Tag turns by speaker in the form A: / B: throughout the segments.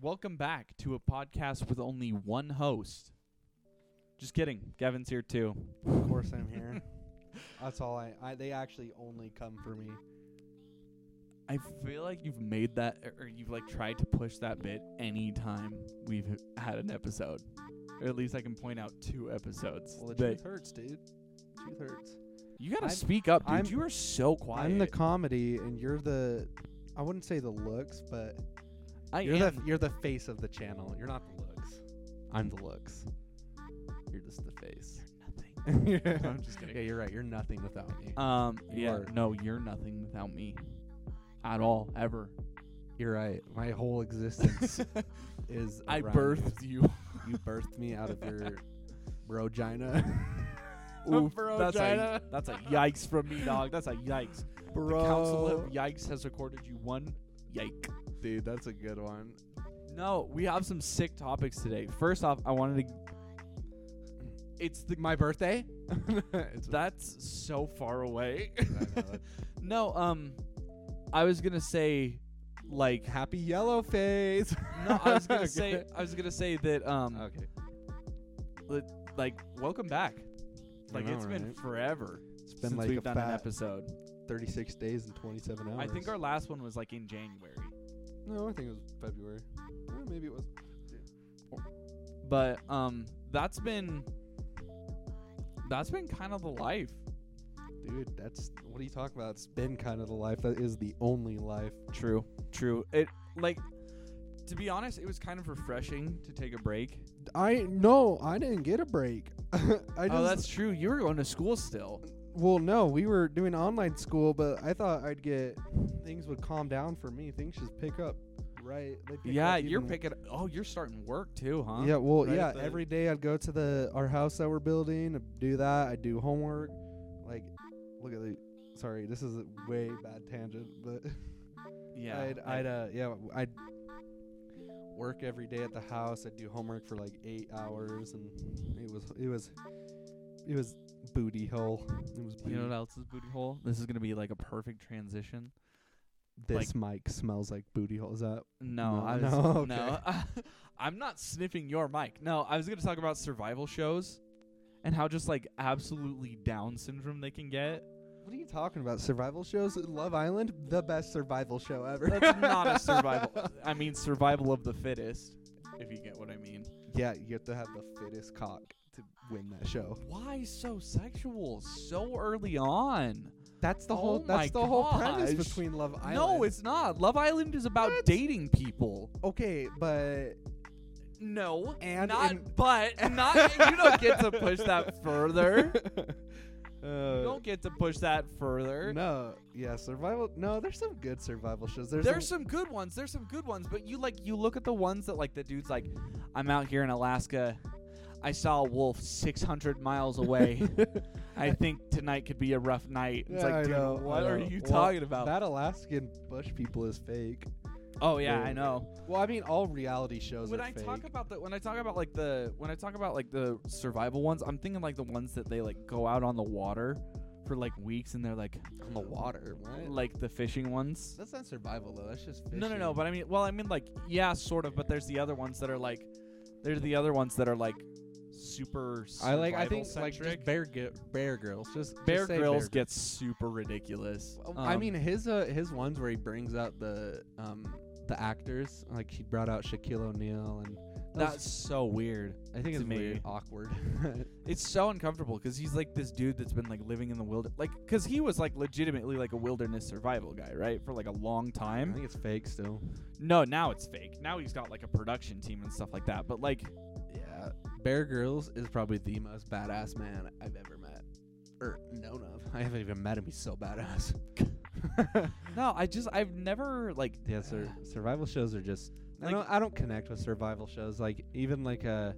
A: Welcome back to a podcast with only one host. Just kidding. Gavin's here too.
B: Of course I'm here. That's all I, I. They actually only come for me.
A: I feel like you've made that or you've like tried to push that bit anytime we've had an episode. Or at least I can point out two episodes.
B: Well, the
A: that-
B: truth hurts, dude. Truth hurts.
A: you gotta
B: I'm-
A: speak up, dude.
B: I'm-
A: you are so quiet.
B: I'm the comedy, and you're the. I wouldn't say the looks, but
A: I
B: you're
A: am.
B: the you're the face of the channel. You're not the looks. I'm the looks. You're just the face.
A: nothing.
B: I'm
A: just kidding.
B: Yeah, you're right. You're nothing without me.
A: Um.
B: You
A: yeah.
B: are-
A: No, you're nothing without me, at all, ever.
B: You're right. My whole existence is.
A: I
B: around
A: birthed you.
B: You. you birthed me out of your rogina.
A: Oof,
B: Bro,
A: that's a
B: Gina.
A: that's a yikes from me, dog. That's a yikes.
B: Bro,
A: The Council of Yikes has recorded you one yike.
B: dude, that's a good one.
A: No, we have some sick topics today. First off, I wanted to. It's the
B: My birthday? it's
A: that's so far away.
B: I know, that-
A: no, um, I was gonna say, like,
B: happy yellow face.
A: no, I was gonna
B: Okay.
A: say, I was gonna say that, um,
B: Okay.
A: like, welcome back. Like,
B: know,
A: it's been
B: right?
A: forever
B: It's been
A: since
B: like
A: we've
B: a
A: done an
B: fat
A: episode.
B: 36 days and 27 hours.
A: I think our last one was like in January,
B: No, I think it was February. Well, maybe it was.
A: but um, that's been that's been kind of the life.
B: Dude, that's. What are you talking about? It's been kind of the life. That is the only life.
A: True, true. It like to be honest, it was kind of refreshing to take a break.
B: I. No, I didn't get a break. I just.
A: oh, that's true. You were going to school still.
B: Well, no, we were doing online school, but I thought I'd get things would calm down for me. Things just pick up, right? They pick
A: yeah,
B: up
A: you're
B: even-
A: picking. Oh, you're starting work too, huh?
B: Yeah, well,
A: Right
B: yeah.
A: at the-
B: Every day I'd go to the our house that we're building, I'd do that. I would do homework. Like, look at the. Sorry, this is a way bad tangent, but
A: yeah.
B: I'd, I'd uh, yeah, I'd work every day at the house. I'd do homework for like eight hours, and it was it was it was booty hole. It was booty.
A: you know what else is booty hole? This is gonna be like a perfect transition.
B: this mic smells like booty hole. Is that
A: No,
B: No,
A: I was,
B: no,
A: no. I'm not sniffing your mic. No, I was gonna talk about survival shows and how just like absolutely Down syndrome they can get.
B: What are you talking about? Survival shows? Love Island, the best survival show ever.
A: That's not a survival. I mean, survival of the fittest. If you get what I mean.
B: yeah, you have to have the fittest cock to win that show.
A: Why so sexual so early on?
B: That's the
A: Oh
B: whole. That's
A: my
B: the whole premise
A: gosh.
B: between Love Island.
A: No, it's not. Love Island is about dating people.
B: okay, but
A: No,
B: And
A: not
B: in-
A: but not. you don't get to push that further. You don't get to push that further.
B: Uh, no, yeah, survival. No, there's some good survival shows. There's,
A: There's, some good ones. There's some good ones, but you like you look at the ones that like the dude's like, I'm out here in Alaska. I saw a wolf 600 miles away. I think tonight could be a rough night. It's
B: Yeah, I
A: like, dude,
B: know, I
A: what are
B: know.
A: you
B: Well,
A: talking about?
B: that Alaskan bush people is fake.
A: oh yeah,
B: dude.
A: I know.
B: Well, I mean, all reality shows
A: when
B: are
A: I
B: fake.
A: talk about the when I talk about like the when I talk about like the survival ones, I'm thinking like the ones that they like go out on the water for like weeks and they're like
B: on the water, right?
A: like the fishing ones.
B: that's not survival though. That's just
A: No, no, no. But I mean, well, I mean like yeah, sort of. But there's the other ones that are like there's the other ones that are like super.
B: I like. I think
A: survival-centric.
B: like just bear Gry- bear girls. Just
A: Bear
B: just say
A: Grylls gets super ridiculous.
B: Bear. I
A: Um,
B: mean his uh, his ones where he brings out the um the actors like he brought out Shaquille O'Neal and that
A: that's so weird.
B: was- I think
A: to
B: it's
A: me.
B: weird awkward.
A: It's so uncomfortable because he's like this dude that's been like living in the wild, like because he was like legitimately like a wilderness survival guy, right, for like a long
B: I
A: time.
B: think it's fake still.
A: No, now it's fake. Now he's got like a production team and stuff like that. But like,
B: Yeah, Bear Grylls is probably the most badass man I've ever met or known of. I haven't even met him. He's so badass.
A: no, I just I've never like
B: Yeah, sur- survival shows are just.
A: Like-
B: I don't. I don't connect with survival shows. Like even like a,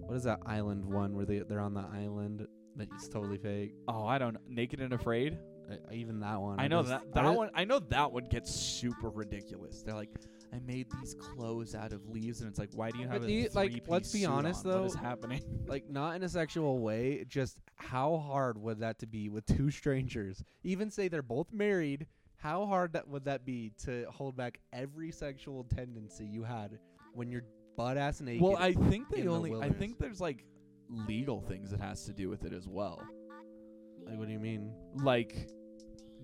B: what is that island one where they they're on the island that it's totally fake.
A: oh I don't know. naked and afraid.
B: I, I- even that one.
A: I know
B: just-
A: that that
B: I don't-
A: one. I know that one gets super ridiculous. They're like, I made these clothes out of leaves, and it's like, why do you
B: But
A: have a
B: do you- like,
A: three-piece
B: let's be
A: suit
B: honest,
A: on? What is
B: though.
A: happening?
B: Like not in a sexual way. Just how hard would that to be with two strangers? Even say they're both married. How hard that would that be to hold back every sexual tendency you had when you're butt ass naked?
A: Well, I think
B: in
A: they
B: the
A: only. I
B: wilderness.
A: think there's like legal things that has to do with it as well.
B: like, what do you mean?
A: Like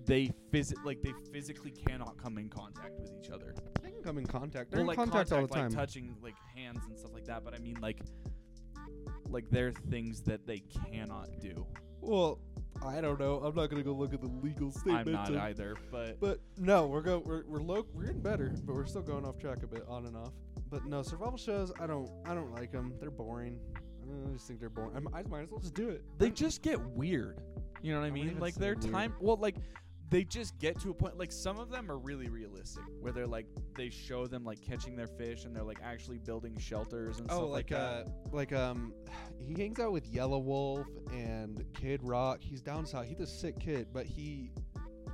A: they phys- like they physically cannot come in contact with each other.
B: They can come in contact. They're
A: Well, like
B: in contact, all the time.
A: like touching like hands and stuff like that. But I mean like like there are things that they cannot do.
B: well, I don't know. I'm not gonna go look at the legal statement.
A: I'm not
B: of-
A: either, but
B: But no, we're go we're we're low we're getting better, but we're still going off track a bit on and off. But no, survival shows I don't I don't like them. They're boring. I just think they're boring. I'm, I might as well just do it.
A: they just get weird. You know what I
B: I wouldn't
A: mean?
B: even
A: Like
B: say
A: their
B: weird.
A: time. Well, like they just get to a point. Like some of them are really realistic, where they're like they show them like catching their fish, and they're like actually building shelters and
B: Oh,
A: stuff
B: like,
A: like, that.
B: uh, like um, he hangs out with Yellow Wolf and Kid Rock. He's down south. He's a sick kid, but he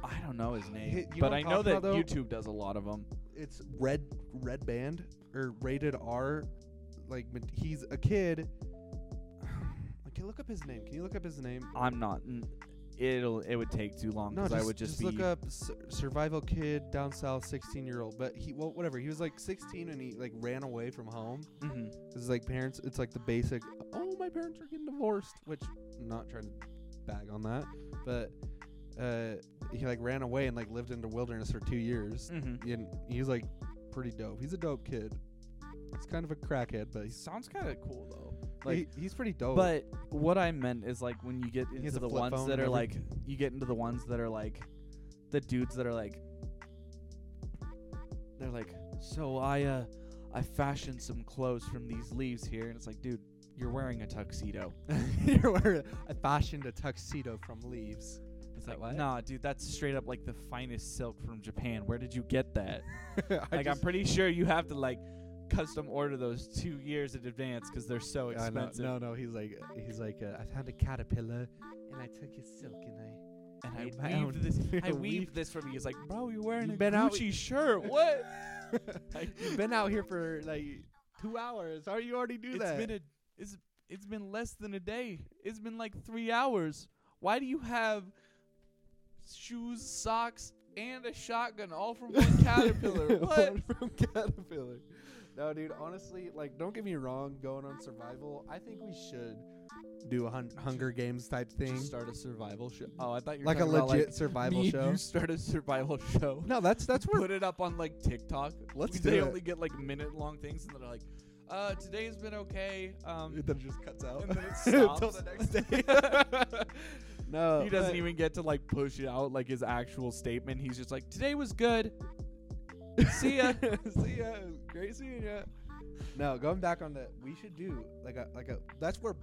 A: I don't know his name,
B: you know
A: but
B: what
A: I
B: I'm
A: know
B: talking
A: that
B: about, though?
A: YouTube does a lot of them.
B: it's red red band or rated R. Like but he's a kid. Can you look up his name? Can you look up his name?
A: I'm not. n- It'll. It would take too long
B: No,
A: because Um, I would just, be.
B: look up s- survival kid down south, sixteen year old. But he well, whatever. He was like sixteen and he like ran away from home.
A: Mhm.
B: This is like parents. It's like the basic. Oh, my parents are getting divorced. Which I'm not trying to bag on that, but uh, he like ran away and like lived in the wilderness for two years.
A: Mhm.
B: And he's like pretty dope. He's a dope kid. He's kind of a crackhead, but
A: He
B: he's
A: sounds kind of cool though.
B: like he's pretty dope.
A: But what I meant is like when you get
B: has
A: into
B: a
A: the
B: flip
A: ones
B: phone
A: that
B: and
A: are like
B: everything.
A: you get into the ones that are like the dudes that are like they're like so I uh I fashioned some clothes from these leaves here and it's like dude you're wearing a tuxedo.
B: you're wearing a fashioned a tuxedo from leaves.
A: It's
B: Is
A: like, Nah, dude, that's straight up like the finest silk from Japan. Where did you get that? like I'm pretty sure you have to like custom order those 2 years in advance cuz they're so
B: Uh, no,
A: expensive.
B: no, no, he's like, he's like, uh, I found a caterpillar, and I took his silk, and I.
A: And
B: Made
A: I
B: my
A: weaved
B: own.
A: this. I
B: I
A: weaved
B: weaved-
A: this for me. He's like, bro, you're wearing
B: You've
A: a
B: been out-
A: Gucci shirt. What? Like,
B: You've been out here for like two hours. How do you already do
A: It's
B: that?
A: been a. It's it's been less than a day. It's been like three hours. Why do you have shoes, socks, and a shotgun all from one caterpillar? What?
B: One from caterpillar? No, dude. Honestly, like, don't get me wrong. Going on survival, I think we should do a hun- Hunger Games type thing,
A: Just start a survival show. Oh, I thought you were
B: like a
A: talking about,
B: legit
A: like,
B: survival
A: me and
B: show.
A: You start a survival show.
B: No, that's that's where
A: put it up on like TikTok.
B: Let's
A: We-
B: do
A: They
B: it.
A: only get like minute long things, and they're like, "Uh, today's been okay." Um,
B: it then just cuts out
A: and then it stops
B: until the next day. Oh, no,
A: he doesn't
B: but-
A: even get to like push it out like his actual statement. He's just like, "Today was good." See ya.
B: See ya. It was Great seeing ya. No, going back on that, we should do like a like a. That's where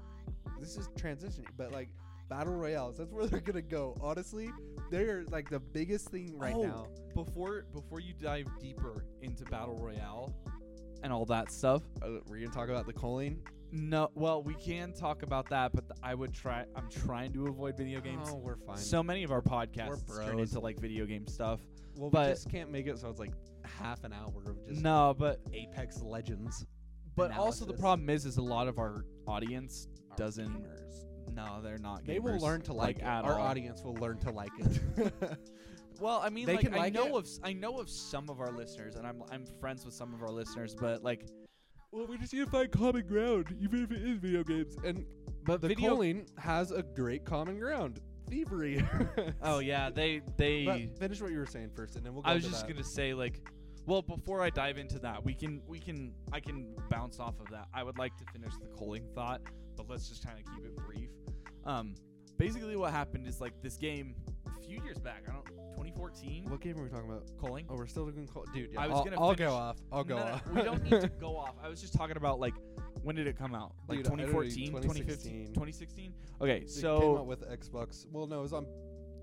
B: this is transitioning, but like battle royales. That's where they're gonna go. Honestly, they're like the biggest thing right
A: Oh.
B: now.
A: Before before you dive deeper into battle royale and all that stuff,
B: Uh, we're gonna talk about the choline.
A: no. Well, we can talk about that, but th- I would try. I'm trying to avoid video games.
B: Oh, we're fine.
A: So many of our podcasts turn
B: bros.
A: into like video game stuff.
B: well,
A: but-
B: we just can't make it. So it's like half an hour of just
A: no, but
B: Apex Legends.
A: but also the
B: analysis.
A: problem is is a lot of our audience
B: Our
A: doesn't.
B: gamers.
A: No, they're not.
B: They will
A: gamers,
B: learn to like, it.
A: at
B: Our
A: all.
B: audience will learn to like it.
A: Well, I mean,
B: They
A: like
B: can
A: I
B: like
A: know
B: it.
A: of s- I know of some of our listeners, and I'm I'm friends with some of our listeners, but like,
B: well, we just need to find common ground, even if it is video games. And
A: but
B: the
A: video.
B: choline has a great common ground thievery
A: oh yeah, they they.
B: But finish what you were saying first and then we'll go
A: I was
B: into
A: just
B: that.
A: gonna say like, well, before I dive into that, we can we can I can bounce off of that. I would like to finish the culling thought, but let's just kind of keep it brief. Um, basically, what happened is like this game a few years back. I don't 2014
B: what game are we talking about
A: culling.
B: oh we're still doing call dude yeah,
A: I was
B: I'll,
A: gonna
B: I'll
A: finish-
B: go off i'll go
A: No, no,
B: off
A: we don't need to go off. I was just talking about like when did it come out? Like
B: Dude, I don't know,
A: 2014, 2015,
B: 2016.
A: 2016. Okay,
B: it came out
A: so
B: with xbox well no it was on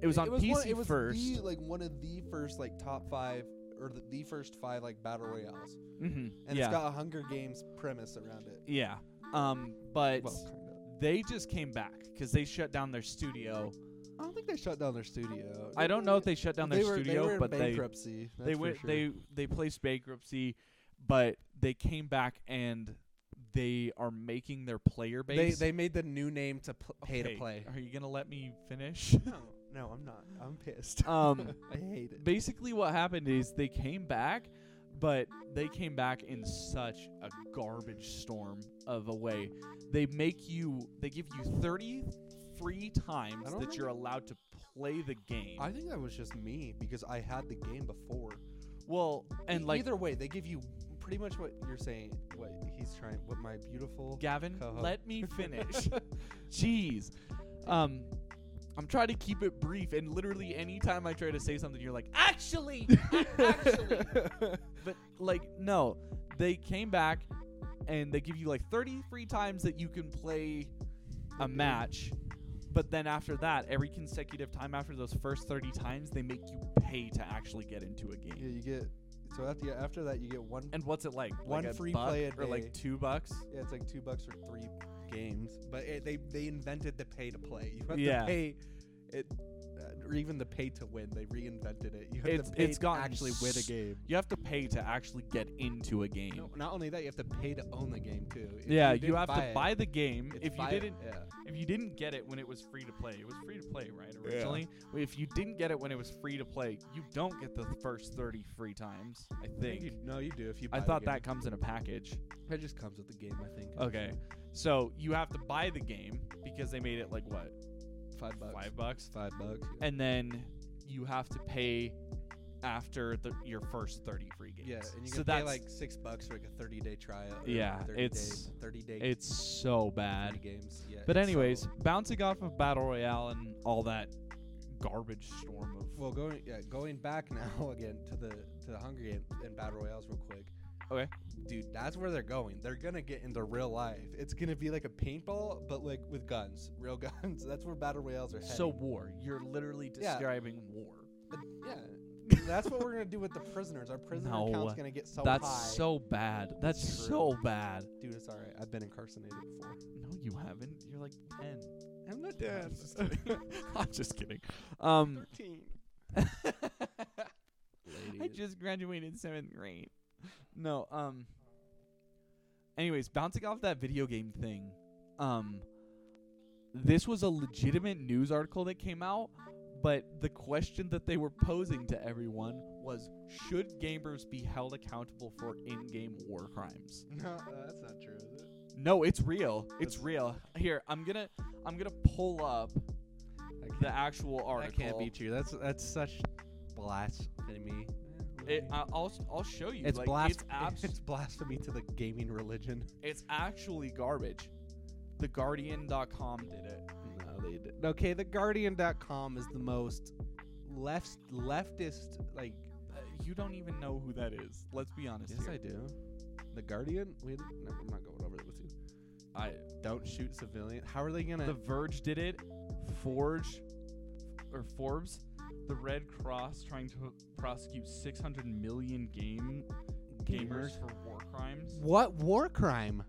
A: it was on
B: it was
A: PC
B: one, it was
A: first.
B: the, like one of the first like top five or the, the first five like battle royales
A: hmm
B: and
A: yeah,
B: it's got a hunger games premise around it
A: yeah. Um, but
B: well kind of
A: they just came back because they shut down their studio.
B: i don't think they shut down their studio
A: I don't know if they shut down their
B: they were,
A: studio,
B: they were in
A: but
B: bankruptcy
A: they they went they they placed bankruptcy, but they came back and they are making their player
B: they
A: base.
B: they made the new name to pl- pay to
A: Okay,
B: play
A: Are you gonna let me finish?
B: No, No, I'm not. I'm pissed.
A: Um,
B: I hate it.
A: basically what happened is they came back but they came back in such a garbage storm of a way they make you they give you 30 free times
B: I
A: that
B: don't
A: you're allowed to play the game
B: I think that was just me because I had the game before.
A: well and
B: E-
A: like
B: either way, they give you pretty much what you're saying. What he's trying. What my beautiful.
A: gavin
B: co-host.
A: let me finish jeez um i'm trying to keep it brief and literally anytime i try to say something you're like actually actually But like, no, they came back and they give you like 30 free times that you can play a match. But then after that, every consecutive time after those first 30 times, they make you pay to actually get into a game.
B: yeah, you get. So after yeah, after that, you get one.
A: And what's it like?
B: One
A: like
B: free
A: buck
B: play a
A: or
B: day.
A: like two bucks?
B: Yeah, it's like two bucks for three games. But it, they they invented the pay to play. You have
A: Yeah.
B: to pay it, uh, or even the pay to win. They reinvented it. You have
A: It's-
B: to pay
A: it's
B: to
A: gotten
B: actually win a
A: s-
B: game.
A: You have to pay to actually get into a game.
B: No, not only that, you have to pay to own the game too. If
A: yeah, you,
B: didn't
A: have to
B: it,
A: buy the game.
B: it's
A: If you
B: buy-
A: didn't
B: yeah.
A: if you didn't get it when it was free to play, it was free to play, right?
B: Yeah.
A: Originally, if you didn't get it when it was free to play, you don't get the first thirty free times. I think.
B: You- no, you do. If you, buy
A: I
B: the
A: thought
B: game.
A: that comes in a package.
B: that just comes with the game. I think.
A: Okay, so you have to buy the game because they made it like what
B: five bucks.
A: five bucks,
B: Five bucks. Yeah.
A: and then you have to pay after the, your first thirty free games.
B: yeah, and you
A: so
B: can pay
A: that's
B: like six bucks for like a thirty day trial. or
A: Yeah,
B: 30
A: it's-
B: day, thirty day.
A: it's so bad.
B: free games. Yeah,
A: But
B: it's
A: anyways,
B: so-
A: bouncing off of battle royale and all that garbage storm of
B: Well, going yeah, going back now again to the to the Hunger Games and battle royales real quick.
A: Okay.
B: dude, that's where they're going. They're gonna get into real life. It's gonna be like a paintball, but like with guns, real guns. That's where battle royales are heading.
A: So war. You're literally
B: Yeah.
A: describing war.
B: But yeah, that's what we're gonna do with the prisoners. Our prisoner count's
A: No,
B: gonna get so
A: That's
B: high.
A: so bad. That's
B: True.
A: so bad.
B: dude, it's all right. I've been incarcerated before.
A: No, you haven't. You're like ten.
B: I'm not
A: I'm
B: dead.
A: just kidding. I'm just kidding. Um,
B: Thirteen.
A: I
B: Lady.
A: just graduated seventh grade. No. Um. Anyways, bouncing off that video game thing. Um. This was a legitimate news article that came out, but the question that they were posing to everyone was: Should gamers be held accountable for in-game war crimes?
B: no, that's not true, is it?
A: No, it's real. It's
B: That's-
A: real. Here, I'm gonna I'm gonna pull up
B: I
A: the
B: can't-
A: actual article.
B: That can't be true. That's that's such blasphemy.
A: It, I- I'll I'll show you.
B: it's
A: like,
B: blas-
A: It's, abs-
B: it's blasphemy to the gaming religion.
A: it's actually garbage. TheGuardian.com did it.
B: No, they did. Okay, the Guardian.com is the most left leftist like.
A: Uh, you don't even know who that is. Let's be honest. here.
B: do. The Guardian? Wait, no, I'm not going over it with you. I don't shoot civilian. How are they gonna?
A: The Verge did it. Forge or Forbes, the Red Cross trying to prosecute 600 million game gamers for war crimes.
B: What war crime?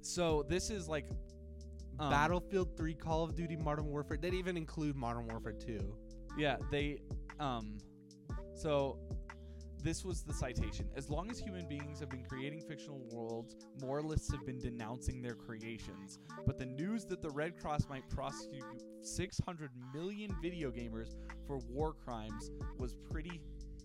A: So this is like um,
B: Battlefield 3, Call of Duty, Modern Warfare. They didn't even include Modern Warfare 2.
A: Yeah, they um so this was the citation. As long as human beings have been creating fictional worlds, moralists have been denouncing their creations. But the news that the Red Cross might prosecute 600 million video gamers for war crimes was pretty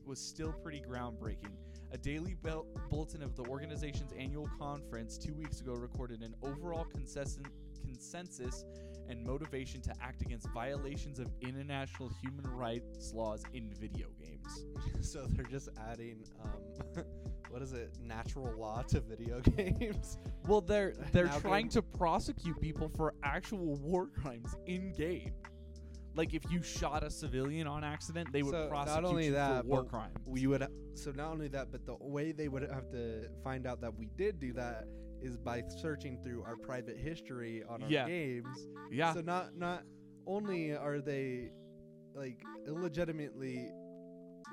A: was still pretty groundbreaking. A daily bel- bulletin of the organization's annual conference 2 weeks ago recorded an overall consensus consensus and motivation to act against violations of international human rights laws in video games.
B: so they're just adding, um, what is it, natural law to video games?
A: Well, they're they're
B: Now
A: trying
B: game-
A: to prosecute people for actual war crimes in game. Like if you shot a civilian on accident, they would
B: So, not
A: prosecute
B: only
A: you
B: that,
A: for war
B: but
A: crime.
B: We would. So not only that, but the way they would have to find out that we did do that is by searching through our private history on our
A: Yeah.
B: games.
A: Yeah,
B: So not not only are they like illegitimately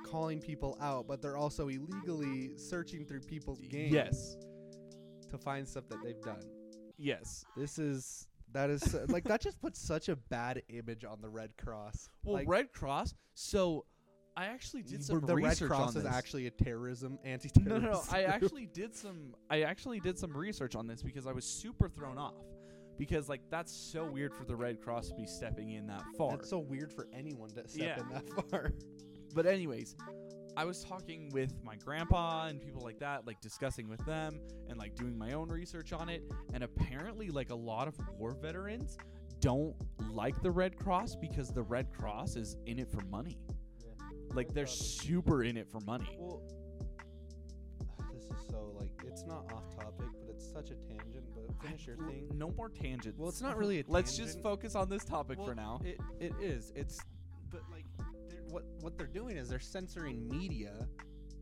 B: calling people out, but they're also illegally searching through people's games
A: yes,
B: to find stuff that they've done.
A: yes.
B: This is that is so- like that just puts such a bad image on the Red Cross.
A: Well,
B: like,
A: Red Cross. So I actually did some
B: the Red
A: research
B: Cross
A: on
B: is
A: this.
B: actually a terrorism
A: no,
B: anti-terrorism.
A: no, no. I
B: group.
A: actually did some. I actually did some research on this because I was super thrown off. because like that's so weird for the Red Cross to be stepping in that far.
B: That's so weird for anyone to step
A: Yeah.
B: in that far.
A: But anyways, I was talking with my grandpa and people like that, like discussing with them and like doing my own research on it. And apparently, like a lot of war veterans don't like the Red Cross because the Red Cross is in it for money. Like they're super in it for money.
B: Well, this is so like it's not off topic, but it's such a tangent. But finish your thing.
A: No more tangents.
B: Well, it's not really a.
A: Let's just
B: tangent.
A: focus on this topic for
B: Well,
A: now.
B: It it is. It's but like they're- what what they're doing is they're censoring media,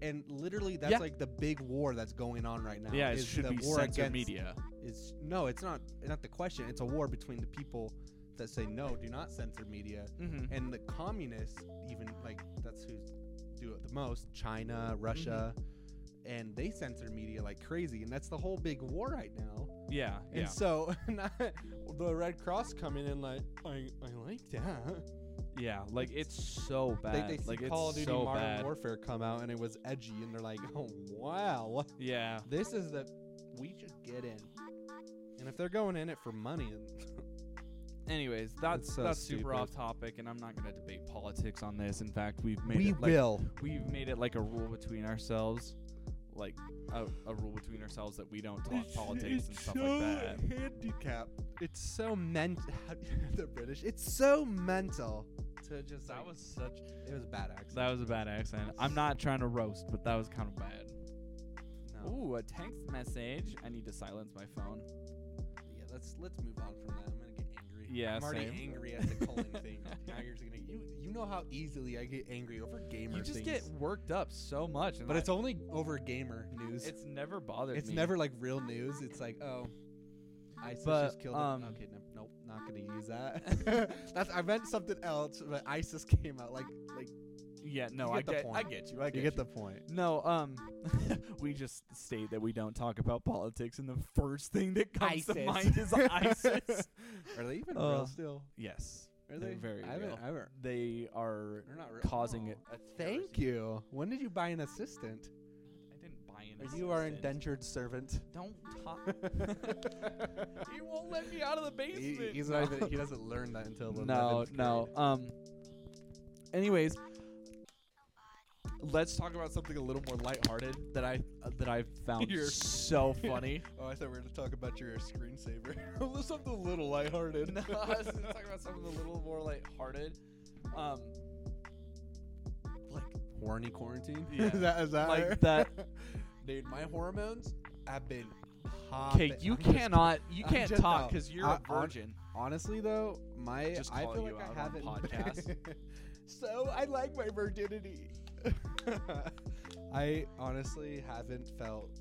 B: and literally that's
A: Yeah.
B: like the big war that's going on right now.
A: yeah, it
B: is
A: should
B: the
A: be
B: war
A: censored
B: against
A: media.
B: Is no, it's not. Not the question. It's a war between the people that say no, do not censor media,
A: Mm-hmm.
B: and the communists. Even like that's who do it the most. China, Russia.
A: Mm-hmm.
B: And they censor media like crazy, and that's the whole big war right now.
A: Yeah,
B: And
A: yeah.
B: so the Red Cross coming in like, I, I like that.
A: Yeah, like it's so bad.
B: They, they see
A: like it's
B: Call of Duty
A: so
B: Modern
A: bad.
B: Warfare come out and it was edgy, and they're like, oh, wow,
A: Yeah.
B: this is the we should get in. And if they're going in it for money,
A: Anyways, that's
B: It's so
A: that's super
B: stupid.
A: off topic, and I'm not gonna debate politics on this. In fact, we've made
B: we
A: it like,
B: will.
A: we've made it like a rule between ourselves, like a, a rule between ourselves that we don't talk politics and stuff like that.
B: Handicap. It's so mental. the British. It's so mental to just.
A: That
B: like-
A: was such
B: It was a bad accent.
A: that was a bad accent. I'm not trying to roast, but that was kind of bad.
B: no.
A: Ooh, a text message. I need to silence my phone.
B: Yeah, let's let's move on from that. I'm gonna get angry.
A: Yeah,
B: I'm already
A: same.
B: angry at the culling thing. Now you're just gonna you you know how easily I get angry over gamer.
A: You just
B: things.
A: get worked up so much, and
B: but
A: I-
B: it's only over gamer news. It's,
A: it's never bothered me.
B: never like real news. It's like oh, ISIS
A: But,
B: just killed. a-
A: um,
B: okay, no, nope, not gonna use that. That's I meant something else, but ISIS came out. Like like
A: Yeah, no,
B: You
A: I
B: get the
A: get I
B: point.
A: get you. I
B: you
A: get
B: get the point.
A: No, um, we just state that we don't talk about politics, and the first thing that comes to
B: ISIS.
A: mind is ISIS.
B: Are they even
A: Uh,
B: real still?
A: yes,
B: Are
A: they're
B: they
A: very
B: I haven't,
A: real.
B: I haven't.
A: they are
B: They're not real.
A: causing
B: Oh.
A: it. A
B: Thank you. When did you buy an assistant?
A: I didn't buy an.
B: Or you are
A: assistant.
B: indentured servant.
A: Don't talk. he won't let me out of the
B: He,
A: basement.
B: he's not even, he doesn't learn that until the
A: no,
B: 11th
A: no.
B: grade.
A: Um. Anyways, let's talk about something a little more lighthearted that I uh, that I found
B: You're-
A: so funny.
B: Oh, I thought we were going to talk about your screensaver. Something a little lighthearted.
A: no, I was gonna talk about something a little more lighthearted. Um, like
B: Horny quarantine?
A: Yeah.
B: is that, is that
A: Like
B: her?
A: that-
B: Dude, my hormones have been
A: okay,
B: popping.
A: you
B: I'm just-
A: cannot, you
B: I'm
A: can't
B: just-
A: talk
B: no.
A: because you're
B: I-
A: a
B: hon-
A: virgin.
B: honestly, though, my.
A: Just
B: I
A: call
B: feel
A: you
B: like
A: out
B: I
A: on
B: haven't.
A: podcast.
B: so I like my virginity. I honestly haven't felt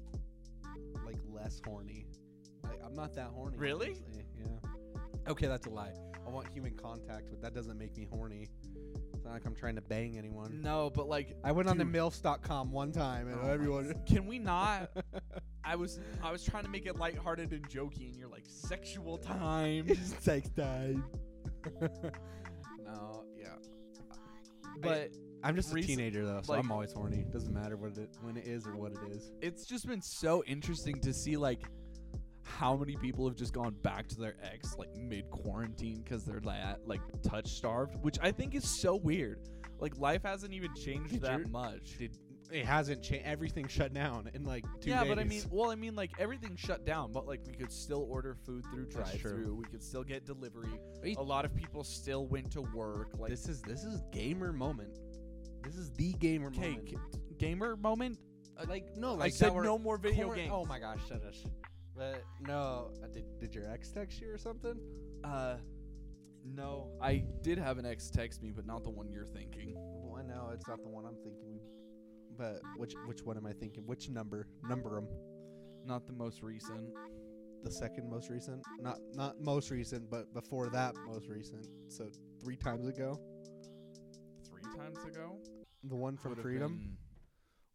B: like less horny. Like, I'm not that horny.
A: Really?
B: honestly, Yeah. Okay, that's a lie. I want human contact, but that doesn't make me horny. It's not like I'm trying to bang anyone.
A: No, but like,
B: I went on to
A: Dude.
B: milfs.com one time and
A: Oh my
B: everyone.
A: can we not? I was, I was trying to make it lighthearted and jokey, and you're like sexual time.
B: It's like time. no, yeah.
A: But
B: I'm just a
A: Recent-
B: teenager though, so
A: like-
B: I'm always horny. Doesn't matter what it when it is or what it is.
A: it's just been so interesting to see like how many people have just gone back to their ex like mid quarantine because they're la- like touch starved, which I think is so weird. Like life hasn't even changed
B: Did
A: that
B: your-
A: much.
B: It hasn't changed. Everything shut down in like two
A: yeah,
B: days.
A: but I mean, well, I mean, like everything shut down, but like we could still order food through
B: That's
A: drive
B: true.
A: through. We could still get delivery.
B: Wait.
A: A lot of people still went to work. Like,
B: this is this is gamer moment. This is the gamer
A: okay,
B: moment.
A: g- gamer moment.
B: Like no,
A: I
B: like
A: said
B: that we're
A: no more video
B: quar-
A: games.
B: Oh my gosh, shut us. But no, uh, did, did your ex text you or something?
A: Uh, no, I did have an ex text me, but not the one you're thinking.
B: Well, I know it's not the one I'm thinking. But which which one am I thinking? Which number? Number them.
A: Not the most recent.
B: the second most recent not not most recent but before that most recent so three times ago
A: three times ago.
B: the one from freedom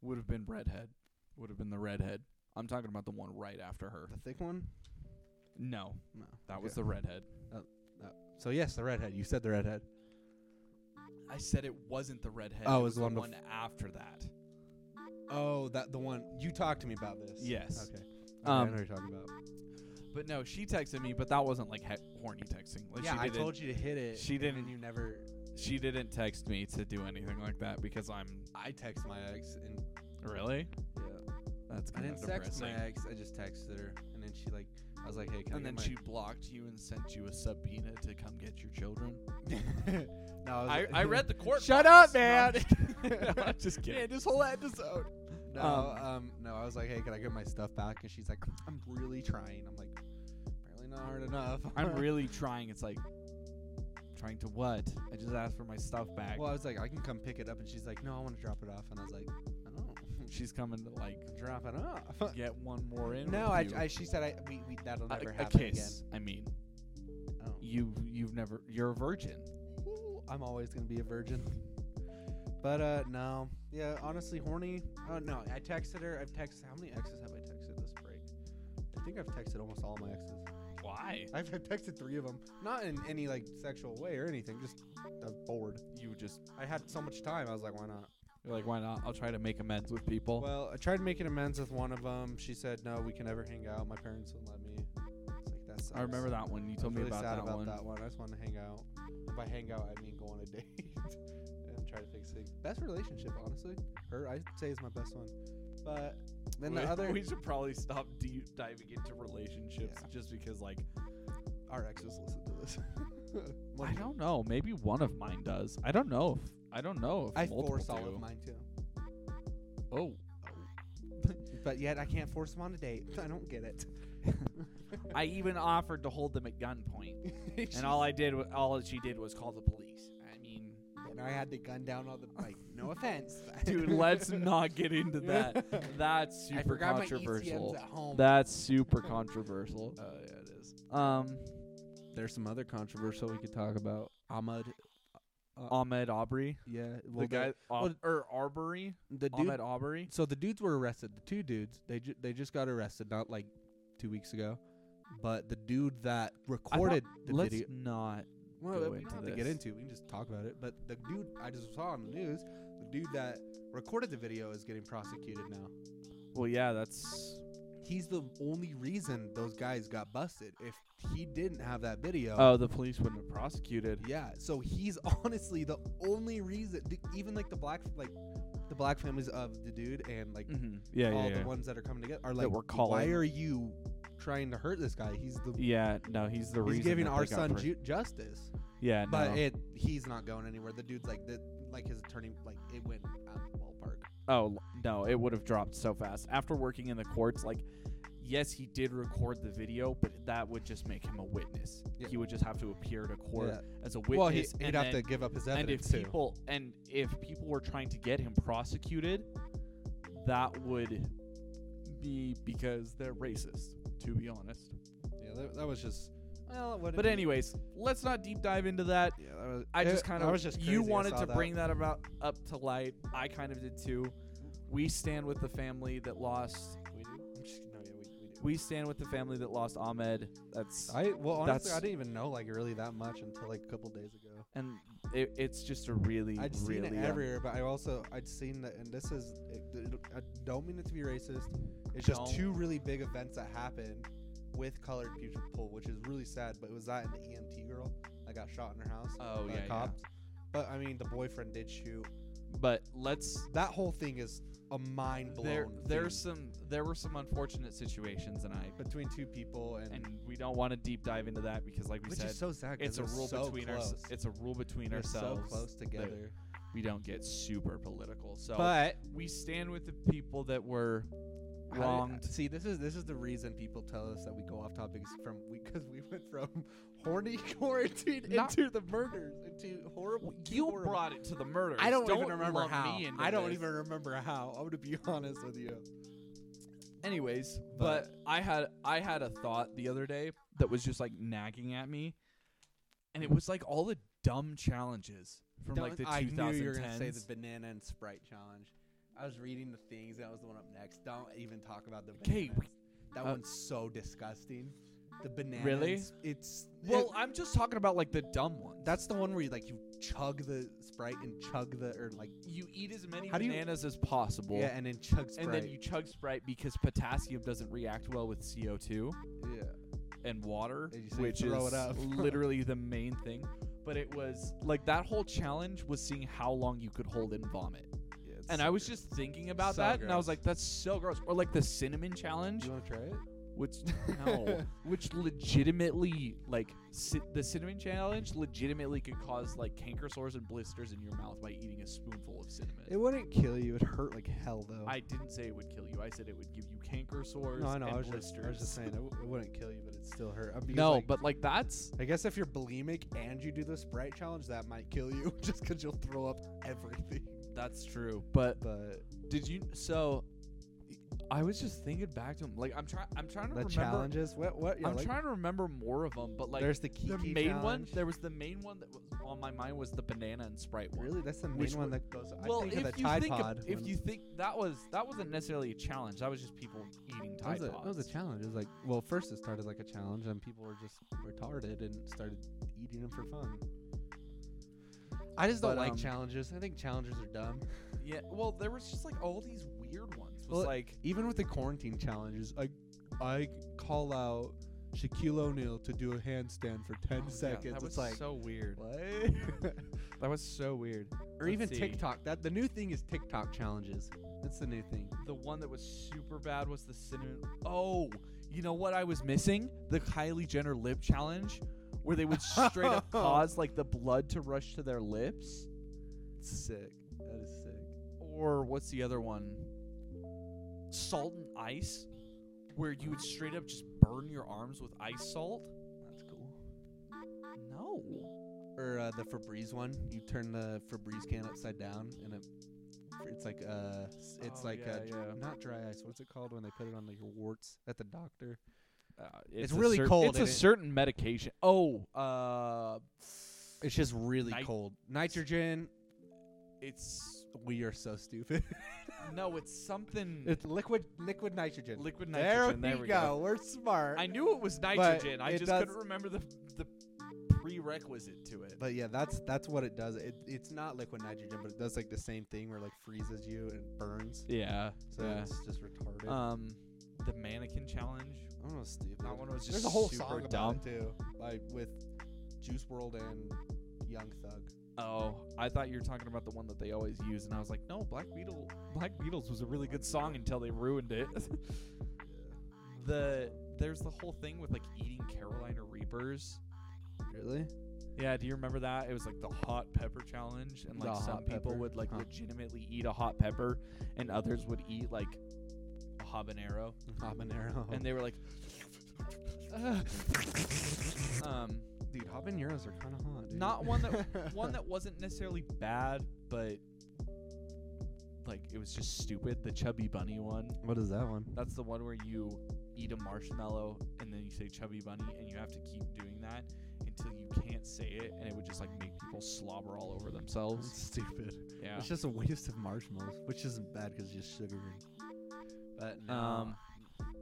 A: would have been redhead. Would have been the redhead. I'm talking about the one right after her.
B: the thick one
A: No,
B: no
A: that was the redhead.
B: so yes the redhead you said the redhead
A: I said it wasn't the redhead.
B: Oh,
A: it
B: it
A: was
B: was the one
A: the
B: bef-
A: one after that.
B: oh that the one you talked to me about this
A: Yes.
B: okay, okay
A: Um,
B: I know what you're talking about
A: But no, she texted me, but that wasn't like he- horny texting. Like
B: yeah,
A: she
B: I
A: didn't,
B: told you to hit it.
A: she didn't-
B: And you never.
A: she didn't text me to do anything like that because I'm
B: I text my ex and
A: really.
B: yeah.
A: That's
B: I
A: kind of
B: didn't text my
A: depressing.
B: ex. I just texted her, and then she like, I was like, hey, can
A: and
B: I
A: then
B: get
A: she blocked you and sent you a subpoena to come get your children.
B: my... no, I, was
A: I,
B: like-
A: I read the court.
B: Shut up,
A: documents.
B: man.
A: No, I'm just- no, I'm just kidding.
B: Man, this whole episode. No,
A: Um,
B: um, no, I was like, hey, can I get my stuff back? And she's like, I'm really trying. I'm like, apparently not hard enough.
A: I'm really trying. It's like trying to what? I just asked for my stuff back.
B: well, I was like, I can come pick it up, and she's like, no, I want to drop it off, and I was like, oh,
A: She's coming to like
B: drop it off.
A: get one more in.
B: no,
A: with
B: I,
A: you.
B: I, she said, I, we, we, that'll
A: A-
B: never
A: a,
B: happen
A: kiss. I mean,
B: again. Oh.
A: you you've never you're a virgin.
B: Ooh, I'm always gonna be a virgin. But uh no, yeah, honestly, horny. Oh no, I texted her. I've texted. How many exes have I texted this break? I think I've texted almost all my exes.
A: Why?
B: I've, I've texted three of them, not in any like sexual way or anything. Just I was bored.
A: You just
B: I had so much time. I was like, why not?
A: you're like why not? I'll try to make amends with people.
B: Well, I tried making amends with one of them. She said no, we can never hang out. My parents wouldn't let me. It's like that. Sucks.
A: I remember that one. You
B: I was
A: told me
B: really
A: about,
B: sad
A: that,
B: about
A: one.
B: that one. I just want to hang out. If I hang out, I mean go on a date and try to fix things. Best relationship, honestly. Her, I'd say, is my best one. But then the
A: We-
B: other,
A: we should probably stop deep diving into relationships
B: Yeah.
A: just because like
B: our exes listen to this. One
A: I
B: of-
A: don't know. Maybe one of mine does. I don't know. If, I don't know. If
B: I
A: multiple
B: force all
A: do.
B: of mine too.
A: Oh,
B: But yet I can't force them on a date. I don't get it.
A: I even offered to hold them at gunpoint,
B: She's-
A: and all I did, wa- all she did was call the police. I mean,
B: and I had to gun down all the like. No offense,
A: dude, let's not get into that. That's
B: I
A: super
B: forgot my E
A: controversial.
B: ECMs at home.
A: That's super controversial.
B: oh yeah, it is.
A: Um,
B: There's some other controversial we could talk about. Ahmad,
A: Ahmed Aubrey,
B: yeah, well,
A: the guy, uh,
B: well,
A: or Arbery,
B: the dude
A: Ahmed Aubrey.
B: so the dudes were arrested. The two dudes, they ju- they just got arrested not like two weeks ago, but the dude that recorded the
A: Let's
B: video.
A: not.
B: Well,
A: go
B: we
A: into
B: don't have to get
A: this.
B: into. it. We can just talk about it. But the dude I just saw on the news, the dude that recorded the video is getting prosecuted now.
A: Well, yeah, that's.
B: He's the only reason those guys got busted. If he didn't have that video,
A: Oh, the police wouldn't have prosecuted.
B: Yeah, so he's honestly the only reason. d- Even like the black, like the black families of the dude and like
A: Mm-hmm. Yeah,
B: all
A: yeah,
B: the
A: yeah.
B: ones that are coming together are
A: That
B: like,
A: we're
B: why
A: calling-
B: are you trying to hurt this guy? He's the
A: Yeah, no, he's the
B: he's
A: reason.
B: giving
A: that they
B: our
A: got
B: son
A: pre-
B: ju- justice,
A: yeah, no.
B: but it he's not going anywhere. The dude's like the like his attorney like it went out of the ballpark.
A: Oh l- no, it would have dropped so fast. After working in the courts, like yes, he did record the video, but that would just make him a witness.
B: Yeah.
A: He would just have to appear to court
B: Yeah.
A: as a witness.
B: well, he,
A: and
B: would have to
A: then-
B: give up his
A: and if
B: evidence too.
A: people and if people were trying to get him prosecuted, that would be because they're racist, to be honest.
B: yeah, that, that was just. Well, it wouldn't
A: But
B: be-
A: anyways, let's not deep dive into that.
B: yeah, that was,
A: I
B: it-
A: just kind
B: I
A: of
B: was just
A: you
B: crazy I
A: wanted
B: saw
A: to
B: that.
A: bring that about up to light. I kind of did too. We stand with the family that lost.
B: We do. I'm just- no, yeah, we, we do.
A: We stand with the family that lost Ahmed. That's
B: I well honestly
A: That's-
B: I didn't even know like really that much until like a couple days ago.
A: and it, it's just a really,
B: I'd seen
A: really
B: it
A: um,
B: everywhere, but I also I'd seen that, and this is it, it- I don't mean it to be racist. It's
A: Don't.
B: just two really big events that happened with colored people, which is really sad. But it was that and the EMT girl that got shot in her house.
A: Oh,
B: by
A: yeah,
B: the
A: yeah.
B: cops. But I mean, the boyfriend did shoot.
A: But let's.
B: That whole thing is a mind blown.
A: There, there's
B: thing
A: some. There were some unfortunate situations, and I
B: between two people, and,
A: and we don't want to deep dive into that because, like we
B: which
A: said,
B: is so sad. 'cause
A: it's a
B: they're
A: rule
B: so
A: between
B: close.
A: ours. It's a rule between
B: They're so
A: ourselves.
B: close together.
A: We don't get super political. So
B: But
A: we stand with the people that were
B: How did-
A: wronged.
B: See, this is this is the reason people tell us that we go off topics from because we went from horny quarantine
A: Not-
B: into the murders into horrible.
A: You
B: horrible-
A: brought it to the murder.
B: I don't, even remember
A: lump
B: how.
A: Me into
B: I don't
A: this.
B: even remember how. I'm gonna be honest with you.
A: Anyways, but,
B: But-
A: I had I had a thought the other day that was just like nagging at me, and it was like all the dumb challenges from like the
B: I
A: 2010s.
B: knew you were gonna say the banana and sprite challenge. I was reading the things. That was the one up next. Don't even talk about the.
A: Okay,
B: bananas. that
A: uh,
B: one's so disgusting. The banana.
A: Really?
B: It's
A: well,
B: it-
A: I'm just talking about like the dumb ones.
B: that's the one where you like you chug the sprite and chug the or like
A: you eat as many
B: How do you-
A: bananas as possible.
B: yeah and then chug sprite
A: And then you chug Sprite because potassium doesn't react well with CO2.
B: yeah
A: and water,
B: And you say
A: which
B: throw it
A: is
B: up.
A: literally the main thing. But it was like that whole challenge was seeing how long you could hold in vomit.
B: Yeah, it's
A: And
B: so
A: I was
B: gross.
A: just thinking about
B: So
A: that, and I was
B: gross.
A: like, "That's so gross." Or like the cinnamon challenge,
B: You want to try it?
A: which no, which legitimately like ci- the cinnamon challenge legitimately could cause like canker sores and blisters in your mouth by eating a spoonful of cinnamon.
B: It wouldn't kill you. It hurt like hell though.
A: I didn't say it would kill you. I said it would give you canker sores
B: no, I know.
A: and
B: I was,
A: blisters.
B: just, I was just saying it, w- it wouldn't kill you, but it still hurt. Uh, because,
A: no,
B: like,
A: but like that's
B: I guess if you're bulimic and you do the Sprite challenge, that might kill you just because you'll throw up everything.
A: that's true. But
B: But
A: did you so? I was just thinking back to him. Like I'm trying. I'm trying to
B: the
A: remember.
B: challenges, what? What? Yeah,
A: I'm
B: like,
A: trying to remember more of them, but like
B: there's the Kiki
A: the main one
B: challenge.
A: there was the main one that was on my mind was the banana and sprite one
B: Really, that's the main
A: Which one-
B: one that goes.
A: well
B: I think
A: if
B: of the
A: you
B: Tide
A: think
B: Pod.
A: of, if
B: one.
A: you think that was that wasn't necessarily a challenge that was just people eating
B: that was,
A: Tide
B: a, that was a
A: Pods.
B: challenge. It was like, well, first it started like a challenge, and people were just retarded and started eating them for fun. I just don't
A: But,
B: like
A: um,
B: challenges. I think challenges are dumb.
A: yeah well there was just like all these weird ones was
B: Well,
A: like
B: Even with the quarantine challenges, I I call out Shaquille O'Neal to do a handstand for
A: oh,
B: ten
A: yeah,
B: seconds.
A: that was
B: it's like
A: so weird
B: what?
A: that was so weird
B: or
A: Let's
B: even
A: see.
B: TikTok. That the new thing is TikTok challenges. That's the new thing.
A: the one that was super bad was the cinnamon oh you know what i was missing the kylie jenner lip challenge where they would straight up cause like the blood to rush to their lips
B: Sick. That is sick.
A: or what's the other one? Salt and ice, where you would straight up just burn your arms with ice salt.
B: That's cool.
A: No.
B: or uh, the Febreze one. You turn the Febreze can upside down, and it, it's like uh, s- it's
A: Oh,
B: like
A: yeah,
B: uh
A: yeah.
B: not dry ice. What's it called when they put it on like your warts at the doctor?
A: it's
B: Uh, It's
A: a
B: really cold,
A: It's a
B: isn't it?
A: certain medication. Oh, uh,
B: It's just really
A: Nit-
B: cold. Nitrogen.
A: it's
B: We are so stupid.
A: no, it's something.
B: it's liquid liquid nitrogen.
A: liquid
B: there,
A: nitrogen. There,
B: we
A: we
B: go. We're smart.
A: I knew it was nitrogen. I
B: it
A: just
B: does-
A: couldn't remember the the prerequisite to it.
B: but yeah, that's that's what it does. It, it's not liquid nitrogen, but it does like the same thing where it, like freezes you and it burns.
A: Yeah.
B: So
A: yeah.
B: it's just retarded.
A: Um, the mannequin challenge.
B: I don't know, stupid.
A: That one was just
B: There's a whole
A: super
B: song
A: dumb.
B: about it too, like with Juice World and Young Thug.
A: Oh, I thought you were talking about the one that they always use, and I was like, no, Black Beetle. Black Beatles was a really good song until they ruined it. the there's the whole thing with like eating Carolina Reapers.
B: Really?
A: Yeah, do you remember that? It was like the hot pepper challenge, and like
B: The
A: some
B: hot
A: people
B: pepper,
A: would like
B: huh.
A: legitimately eat a hot pepper, and others would eat like a habanero,
B: Habanero.
A: and they were like, um,
B: dude, habaneros are kind of hot. Dude.
A: Not one that- one that wasn't necessarily bad, but like it was just stupid. The chubby bunny one.
B: What is that one?
A: That's the one where you eat a marshmallow and then you say chubby bunny, and you have to keep doing that until you can't say it, and it would just like make people slobber all over themselves.
B: stupid.
A: Yeah.
B: It's just a waste of marshmallows, which isn't bad because it's just sugary. But no.
A: Um,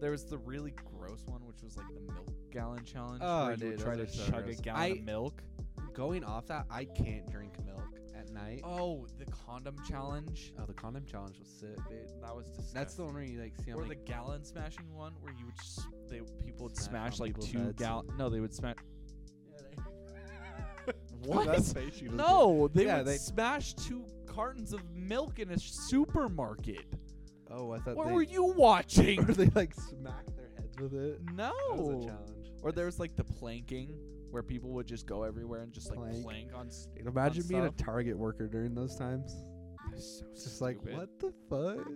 A: there was the really gross one, which was like the milk gallon challenge,
B: Oh,
A: where you
B: dude,
A: would try to
B: those are so
A: chug
B: gross.
A: a gallon
B: I-
A: of milk.
B: going off that, I can't drink milk at night. Oh,
A: Oh, the condom challenge.
B: the condom challenge was sick, dude.
A: That was disgusting.
B: That's the one where you like see how
A: or
B: many
A: the gallon smashing one where you would s they people would
B: Smash
A: smash,
B: on
A: like
B: people's
A: two
B: heads.
A: gallon. No, they would smash.
B: That face you just
A: No, they
B: Yeah,
A: would
B: they-
A: smash two cartons of milk in a supermarket.
B: did. Oh, I thought
A: what
B: they,
A: were you watching?
B: Or they like smack their heads with it. That was a
A: no.
B: challenge.
A: Or there was like the planking where people would just go everywhere and just like
B: Plank.
A: plank, on. s-
B: Dude, imagine being
A: stuff.
B: a Target worker during those times.
A: That's so
B: It's just like,
A: stupid.
B: what the fuck?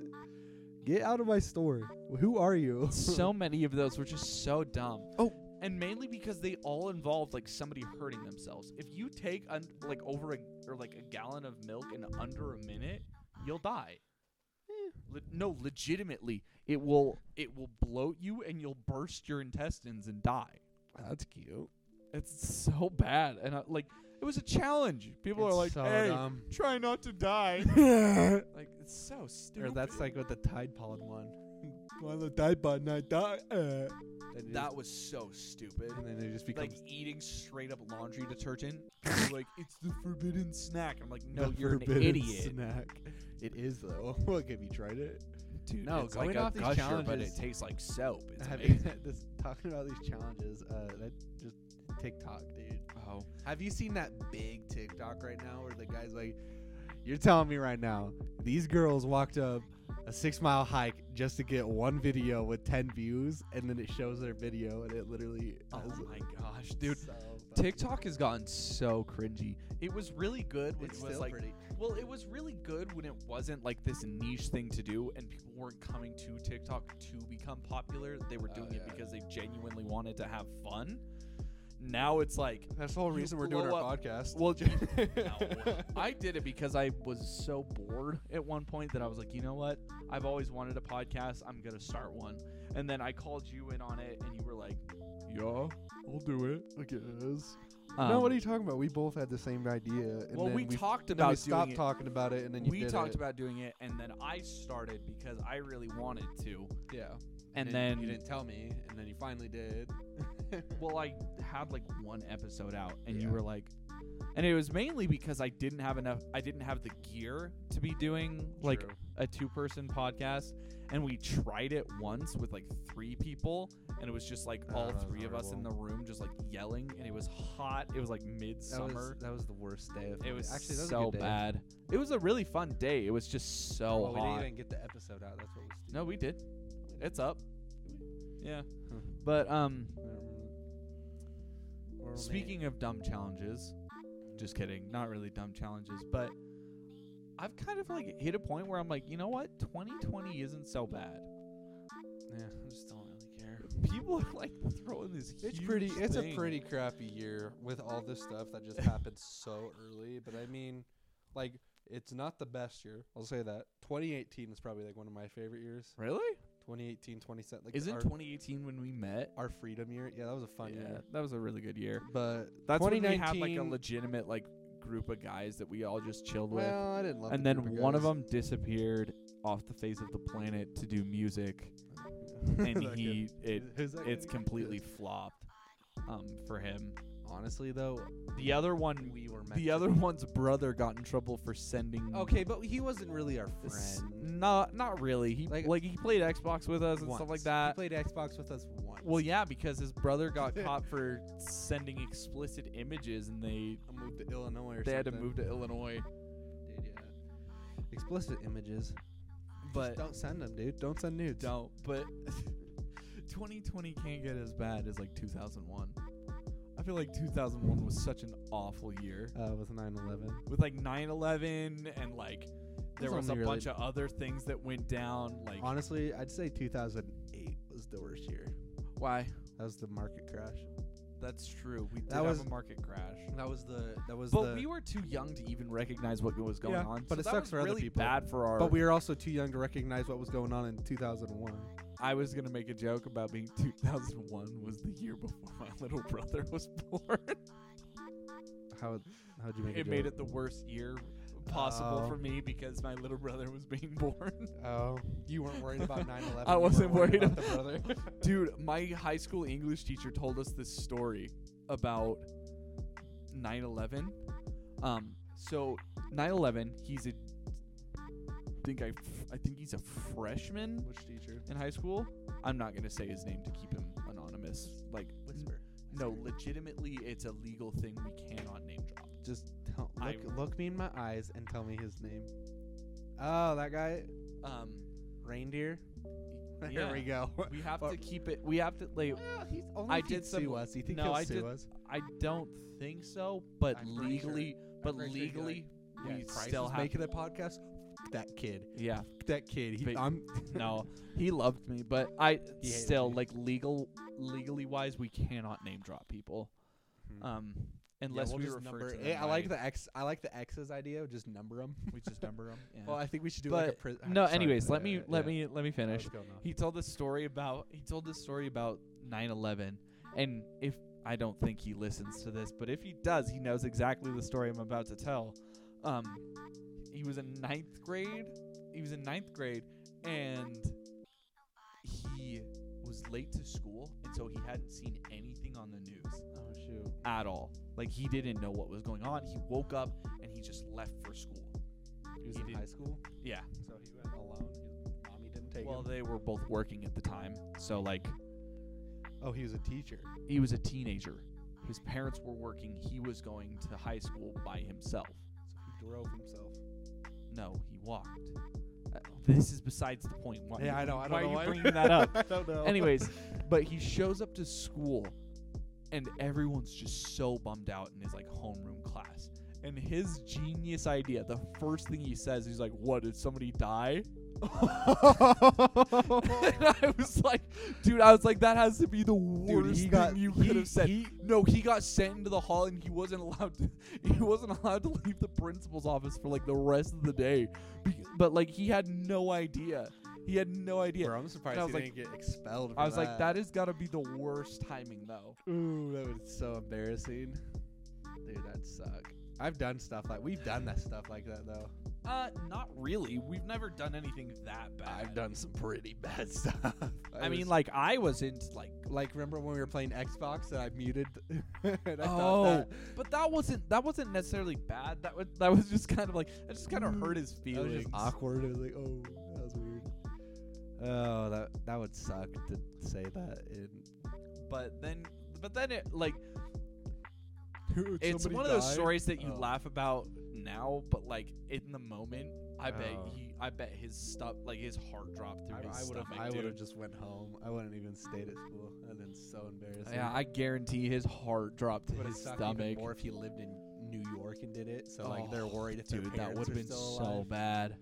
B: Get out of my store. Who are you?
A: so many of those were just so dumb.
B: Oh.
A: and mainly because they all involved like somebody hurting themselves. If you take un- like over a or like a gallon of milk in under a minute, you'll die. Le- no, legitimately, it will it will bloat you and you'll burst your intestines and die.
B: That's cute.
A: It's so bad, and I, like it was a challenge. People are like,
B: so
A: "Hey,
B: dumb.
A: try not to die." like it's so
B: Or
A: stupid.
B: that's like with the Tide Pod one. Want the Tide Pod not die? Uh. And it
A: that was so stupid.
B: just- and then it just
A: like
B: becomes
A: eating straight up laundry detergent. You're like it's the forbidden snack. I'm like, no,
B: the
A: you're an
B: forbidden
A: idiot.
B: Snack. It is though. Look, have you tried it?
A: dude.
B: No,
A: it's like
B: going
A: a
B: off these
A: gusher, but
B: challenges-
A: it tastes like soap. It's
B: Have you,
A: amazing.
B: this, talking about these challenges, uh, that just TikTok, dude.
A: Oh,
B: Have you seen that big TikTok right now where the guy's like, "You're telling me right now these girls walked up a six mile hike just to get one video with ten views, and then it shows their video, and it literally
A: oh
B: has
A: my gosh, dude.
B: so fucking-
A: TikTok has gotten so cringy. It was really good when
B: It's
A: it was
B: still
A: like,
B: pretty.
A: well, it was really good when it wasn't like this niche thing to do, and people weren't coming to TikTok to become popular. They were
B: Oh,
A: doing it
B: yeah.
A: because they genuinely wanted to have fun. Now it's like,
B: That's the whole
A: you
B: reason we're doing
A: blow
B: our
A: up-
B: podcast.
A: well, no. I did it because I was so bored at one point that I was like, you know what? I've always wanted a podcast. I'm gonna start one. And then I called you in on it, and you were like, yeah, I'll do it.
B: I guess.
A: Um,
B: no, what are you talking about? We both had the same idea, and
A: well,
B: then
A: we
B: we
A: talked
B: then we
A: about
B: stopped
A: doing it.
B: talking about it, and then you
A: we
B: did
A: talked
B: it.
A: about doing it, and then I started because I really wanted to.
B: yeah,
A: And then,
B: you didn't tell me, and then you finally did.
A: well, I had like one episode out, and you
B: Yeah.
A: were like, and it was mainly because I didn't have enough. I didn't have the gear to be doing like
B: True.
A: a two-person podcast, and we tried it once with like three people, and it was just like
B: Oh,
A: all
B: that was
A: three of us in the room just like yelling, and it was hot. It was like
B: that was,
A: midsummer.
B: that was the worst day of. my-
A: It was
B: actually that was a
A: so
B: good day. Oh,
A: bad. Oh, It was a really fun day. It was just so
B: Well, we
A: hot.
B: didn't even get the episode out. That's what was.
A: No, we did. It's up. Yeah.
B: Huh.
A: But um
B: We're
A: speaking of dumb challenges, just kidding, not really dumb challenges, but I've kind of like hit a point where I'm like, you know what? 2020 isn't so bad.
B: yeah, I just don't really care.
A: People are like throwing this
B: It's
A: huge
B: pretty. It's a
A: thing.
B: pretty crappy year with all this stuff that just happened so early. But I mean, like, it's not the best year. I'll say that. 2018 is probably like one of my favorite years.
A: Really?
B: 2018, 27. Like
A: Isn't
B: our,
A: 2018 when we met?
B: our freedom year? Yeah, that was a fun year.
A: that was a really good year.
B: But
A: That's when we
B: 2019.
A: had like a legitimate like group of guys that we all just chilled with.
B: well, I didn't love.
A: and
B: the
A: then
B: group
A: one of
B: guys.
A: them disappeared off the face of the planet to do music, and
B: That
A: he it
B: kid- who's that
A: it's
B: kid again?
A: completely flopped um, for him.
B: Honestly, though,
A: The other one,
B: we were meant
A: the
B: to
A: other
B: be.
A: one's brother got in trouble for sending.
B: Okay, but he wasn't really our
A: s-
B: friend.
A: not not really. He
B: Like-
A: like, he played Xbox with us and stuff
B: Once.
A: like that.
B: He played Xbox with us once.
A: well, yeah, because his brother got caught for sending explicit images, and they
B: I moved to Illinois or
A: they had to
B: something.
A: move to Illinois.
B: Dude, yeah. Explicit images.
A: But
B: Don't send them, dude. Don't send nudes.
A: don't. But 2020 can't get as bad as like 2001. I feel like 2001 was such an awful year
B: Uh, with 9/11.
A: with like 9/11 and like there
B: That's
A: was a
B: only really-
A: bunch of other things that went down. Like
B: Honestly, I'd say 2008 was the worst year.
A: why?
B: That was the market crash.
A: That's true. We did
B: That
A: have
B: was-
A: a market crash.
B: That was the. That was
A: But we were too young to even recognize what was going
B: Yeah,
A: on.
B: but
A: so that
B: it sucks
A: was
B: for other
A: really
B: people.
A: Bad for our.
B: But we were also too young to recognize what was going on in 2001.
A: I was gonna make a joke about being 2001 was the year before my little brother was born.
B: How how'd you make
A: it made it the worst year possible for
B: Oh.
A: me because my little brother was being born.
B: Oh, you weren't worried about 9/11.
A: I
B: you
A: wasn't
B: were
A: worried
B: about the brother.
A: Dude, my high school English teacher told us this story about 9/11. Um, so 9/11, he's a think I I think he's a freshman
B: Which teacher?
A: in high school. I'm not gonna say his name to keep him anonymous. Like
B: Whisper.
A: no, legitimately, it's a legal thing. We cannot name drop.
B: Just tell,
A: I-
B: look, look me in my eyes and tell me his name. Oh, that guy,
A: Um,
B: reindeer. There
A: yeah.
B: we go.
A: We have
B: Well-
A: to keep it. We have to like.
B: Well, he's only
A: I
B: if he'd
A: did
B: sue
A: some-
B: us. You think
A: no,
B: he'll
A: I
B: sue
A: did-
B: us?
A: I don't think so, but
B: I'm pretty sure-
A: legally, but
B: pretty sure he'd be like,
A: legally,
B: Yeah,
A: we
B: Christ
A: still
B: is
A: have.
B: making a podcast. F- That kid.
A: yeah,
B: F- That kid. He,
A: But-
B: I'm
A: no, he loved me, but I
B: He hated
A: still
B: you.
A: like legal, legally wise, we cannot name drop people,
B: Hmm.
A: um,
B: Yeah,
A: unless
B: we'll
A: we
B: just
A: refer
B: number-
A: to them.
B: Eh, I like
A: by-
B: the X. I like the X's idea. Just number them.
A: We just number them. Yeah.
B: Well, I think we should do like a
A: but
B: pri-
A: no, anyways, let me let me let me finish.
B: He
A: He told this story about he told this story about 9/11, and if I don't think he listens to this, but if he does, he knows exactly the story I'm about to tell. Um, he was in ninth grade. He was in ninth grade, and he was late to school, and so he hadn't seen anything on the news
B: Oh shoot.
A: at all. Like he didn't know what was going on. He woke up and he just left for school.
B: He was
A: He
B: in
A: did-
B: high school,
A: Yeah.
B: so he went alone. His mommy didn't take
A: Well,
B: him.
A: they were both working at the time, so like
B: Oh, he was a teacher.
A: he was a teenager. His parents were working. He was going to high school by himself.
B: So he drove himself.
A: No, he walked. Uh, this is besides the point. Why,
B: yeah, I know. I don't
A: why
B: know
A: are
B: why-
A: you bringing that up?
B: I don't know.
A: Anyways, but he shows up to school and everyone's just so bummed out in his like homeroom class. And his genius idea, the first thing he says, he's like, What, did somebody die? and I was like, dude, I was like, that has to be the worst
B: Dude, he
A: thing
B: got.
A: you
B: he-
A: could have said.
B: he-
A: no, he got sent into the hall and he wasn't allowed to he wasn't allowed to leave the principal's office for like the rest of the day. Be- But like he had no idea. He had no idea.
B: Bro, I'm surprised
A: I
B: he
A: was like-
B: didn't get expelled. For
A: I was like, that has got to be the worst timing, though.
B: Ooh, that was so embarrassing. Dude, that suck. I've done stuff like we've done that stuff like that though.
A: Uh, not really. We've never done anything that bad.
B: I've done some pretty bad stuff.
A: I, mean,
B: was-
A: like I was into like,
B: like remember when we were playing Xbox and I muted? and I
A: Oh.
B: thought that,
A: but that wasn't that wasn't necessarily bad. That was that was just kind of like Mm, that just kind of hurt his
B: that was
A: feelings.
B: just awkward. It was like, oh, that was weird. Oh, that that would suck to say that. In,
A: But then, but then it like it's one of those stories that you
B: Oh.
A: laugh about now, but like in the moment, I bet
B: Oh.
A: he, I bet his stuff, like his heart dropped through
B: I,
A: his
B: I would have.
A: stomach.
B: I
A: dude.
B: would have just went home. I wouldn't even stayed at school. I've been so embarrassing.
A: yeah, I guarantee his heart dropped to
B: would have
A: his
B: sucked even
A: stomach.
B: more if he lived in New York and did it. So
A: Oh,
B: like they're worried if
A: Dude,
B: their
A: that
B: parents
A: would have
B: are
A: been
B: still
A: so
B: alive.
A: bad.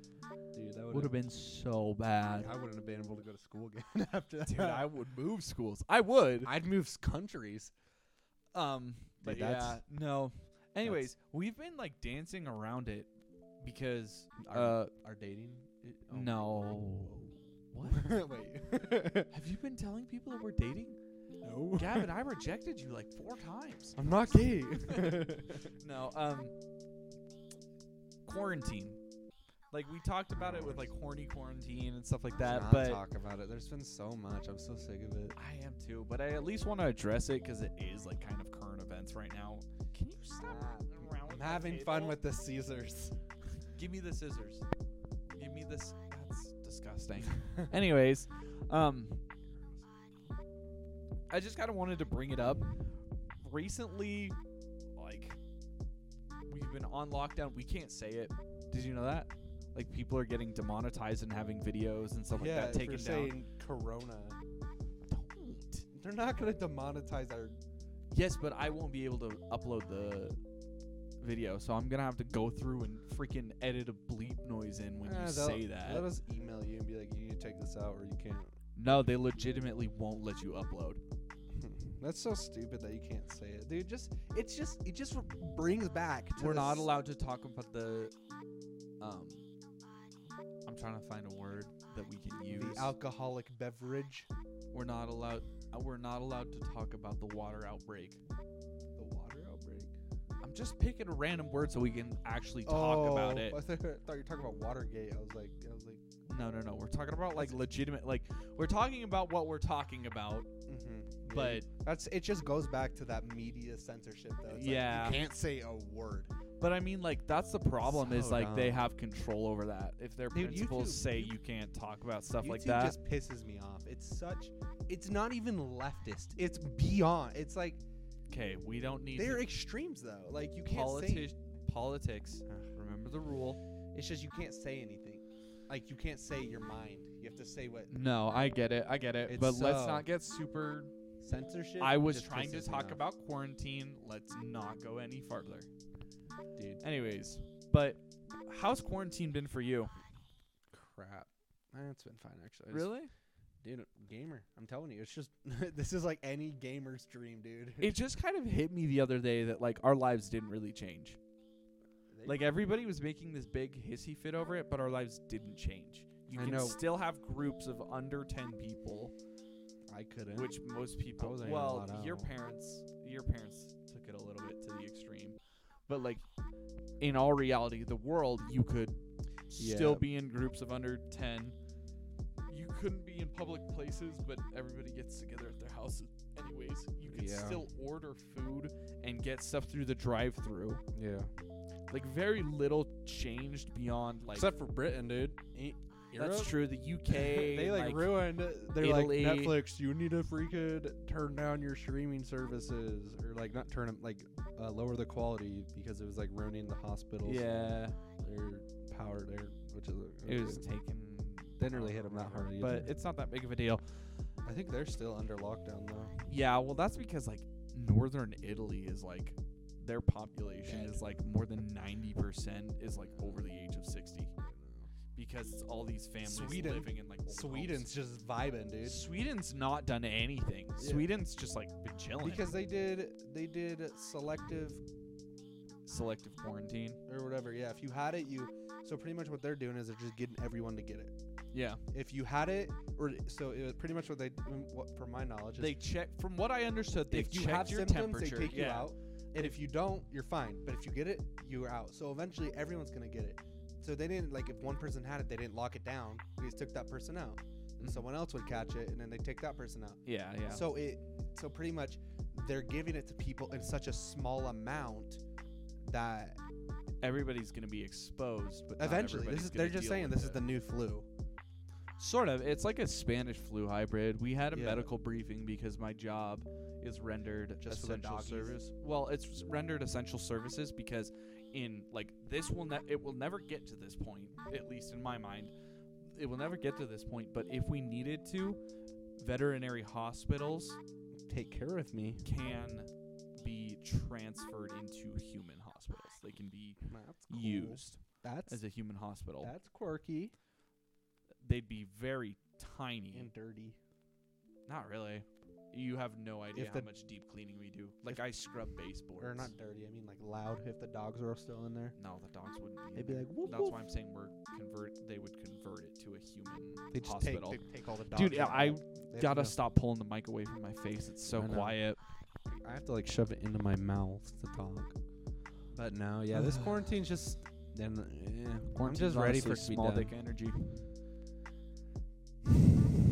B: Dude, that
A: Would have been so bad.
B: I wouldn't have been able to go to school again after that.
A: Dude, I would move schools. I would.
B: I'd move s- countries.
A: Um, but
B: Dude, that's-
A: yeah, no. Anyways, we've been like dancing around it because
B: Our-
A: uh,
B: Our dating? i- oh.
A: no. What?
B: Wait.
A: Have you been telling people that we're dating?
B: no.
A: Gavin, I rejected you like four times.
B: I'm not gay.
A: No, um, quarantine. Like we talked about it with like horny quarantine and stuff like that,
B: Let's not
A: but
B: talk about it. There's been so much. I'm so sick of it.
A: I am too. But I at least want to address it because it is like kind of current events right now. Can you stop around?
B: I'm
A: the
B: having fun
A: table?
B: with the Caesars.
A: Give me the scissors. Give me this. That's disgusting. Anyways, um, I just kind of wanted to bring it up. Recently, like, we've been on lockdown. We can't say it. Did you know that? Like, people are getting demonetized and having videos and stuff
B: yeah,
A: like that
B: if
A: taken
B: you're
A: down.
B: saying Corona.
A: Don't.
B: They're not gonna demonetize our.
A: Yes, but I won't be able to upload the video, so I'm gonna have to go through and freaking edit a bleep noise in when
B: Eh,
A: you
B: they'll-
A: say that.
B: Let us email you and be like, you need to check this out, or you can't.
A: No, they legitimately won't let you upload.
B: That's so stupid that you can't say it, dude. Just it's just it just brings back. To
A: We're
B: the
A: not
B: s-
A: allowed to talk about the. Um, I'm trying to find a word that we can use.
B: the alcoholic beverage.
A: we're not allowed. uh, We're not allowed to talk about the water outbreak.
B: The water outbreak.
A: I'm just picking a random word so we can actually talk about
B: Oh,
A: it.
B: I thought, I thought you were talking about Watergate. I was like, I was like,
A: No, no, no. We're talking about like legitimate. Like we're talking about what we're talking about,
B: mhm, yeah.
A: but
B: that's it. Just goes back to that media censorship, though. It's
A: Yeah.
B: like, you can't say a word.
A: But I mean, like that's the problem is
B: So
A: like they
B: dumb.
A: have control over that. If their
B: Dude,
A: principals
B: YouTube-
A: say
B: you-
A: you can't talk about stuff like
B: YouTube
A: that,
B: just pisses me off. It's such. It's not even leftist. It's beyond. It's like
A: okay, we don't need
B: they're
A: to-
B: extremes, though. Like you can't say.
A: politi- politics. Remember the rule.
B: It's just you can't say anything. Like you can't say your mind. You have to say what
A: No, I get it. I get it.
B: It's
A: but let's
B: so-
A: not get super.
B: censorship.
A: I was
B: just
A: trying to
B: pisses me
A: talk
B: off.
A: about quarantine. Let's not go any farther.
B: dude
A: Anyways, but how's quarantine been for you?
B: crap. Eh, it's been fine actually. I just- dude, gamer. I'm telling you, it's just this is like any gamer's dream, dude.
A: It just kind of hit me the other day that like our lives didn't really change.
B: They-
A: Like everybody was making this big hissy fit over it, but our lives didn't change. You
B: I
A: can
B: know.
A: still have groups of under ten people,
B: I couldn't.
A: which most people.
B: wasn't even
A: Well,
B: allowed
A: your
B: out.
A: parents, your parents took it a little bit to the extreme, but like in all reality, the world, you could still
B: Yeah.
A: be in groups of under ten. You couldn't be in public places, but everybody gets together at their houses. Anyways, you could
B: Yeah.
A: still order food and get stuff through the drive-through
B: yeah,
A: like very little changed beyond like
B: except for Britain, dude. Ain't- Europe.
C: That's true. The UK,
B: they like,
C: like,
B: ruined. They're
C: Italy.
B: like Netflix. You need a freaking turn down your streaming services, or like not turn them like uh, lower the quality because it was like ruining the hospitals. and
A: Yeah,
B: their power there, which is
A: it was taken.
B: didn't really hit them that hard. Either.
A: But it's not that big of a deal.
B: I think they're still under lockdown though.
A: Yeah, well, that's because like northern Italy is like their population is like more than ninety percent is like over the age of sixty, because it's all these families
B: Sweden.
A: living in like old homes.
B: Sweden's just vibing, dude.
A: Sweden's not done anything.
B: Yeah.
A: Sweden's just like been chilling.
B: Because they did they did selective
A: selective quarantine.
B: or whatever. Yeah, if you had it, you so pretty much what they're doing is they're just getting everyone to get it.
A: Yeah,
B: If you had it, or so it was pretty much what they, what, from my knowledge, is
A: they check. From what I understood, they
B: if you
A: checked
B: have
A: your
B: symptoms, they
A: temperature.
B: take
A: yeah.
B: you out. And if you don't, you're fine. But if you get it, you're out. So eventually, everyone's gonna get it. So they didn't like if one person had it, they didn't lock it down. They just took that person out, and
A: Mhm.
B: someone else would catch it, and then they take that person out.
A: Yeah, yeah.
B: So it, so pretty much, they're giving it to people in such a small amount that
A: everybody's gonna be exposed, but not
B: eventually, this
A: everybody's
B: is
A: gonna
B: they're just
A: deal
B: saying
A: with
B: this is
A: it.
B: the new flu.
A: Sort of. It's like a Spanish flu hybrid. We had a
B: Yeah.
A: medical briefing because my job is rendered
B: Just for the
A: essential
B: doggies.
A: service. Well, it's rendered essential services because in like this will ne- it will never get to this point, at least in my mind. It will never get to this point, but if we needed to, veterinary hospitals
B: Take care of me.
A: can be transferred into human hospitals. They can be
B: That's cool.
A: used
B: That's
A: as a human hospital.
B: that's quirky
A: They'd be very tiny.
B: and dirty.
A: Not really. You have no idea
B: If
A: how
B: the-
A: much deep cleaning we do. Like I scrub baseboards.
B: Or not dirty. I mean, like loud. If the dogs are still in there,
A: No, the dogs wouldn't be. in
B: they'd be
A: there.
B: like, whoop,
A: That's
B: whoop.
A: why I'm saying we're convert. They would convert it to a human
B: They just take,
A: hospital.
B: they take all the dogs.
A: Dude,
B: out.
A: I
B: They have to
A: gotta
B: go-
A: stop pulling the mic away from my face. It's so
B: I know.
A: quiet.
B: I have to like shove it into my mouth to talk. But no, yeah, this quarantine's just. Then I'm
A: Quarantine's
B: just ready for
A: honestly
B: it to be
A: small
B: done.
A: dick energy.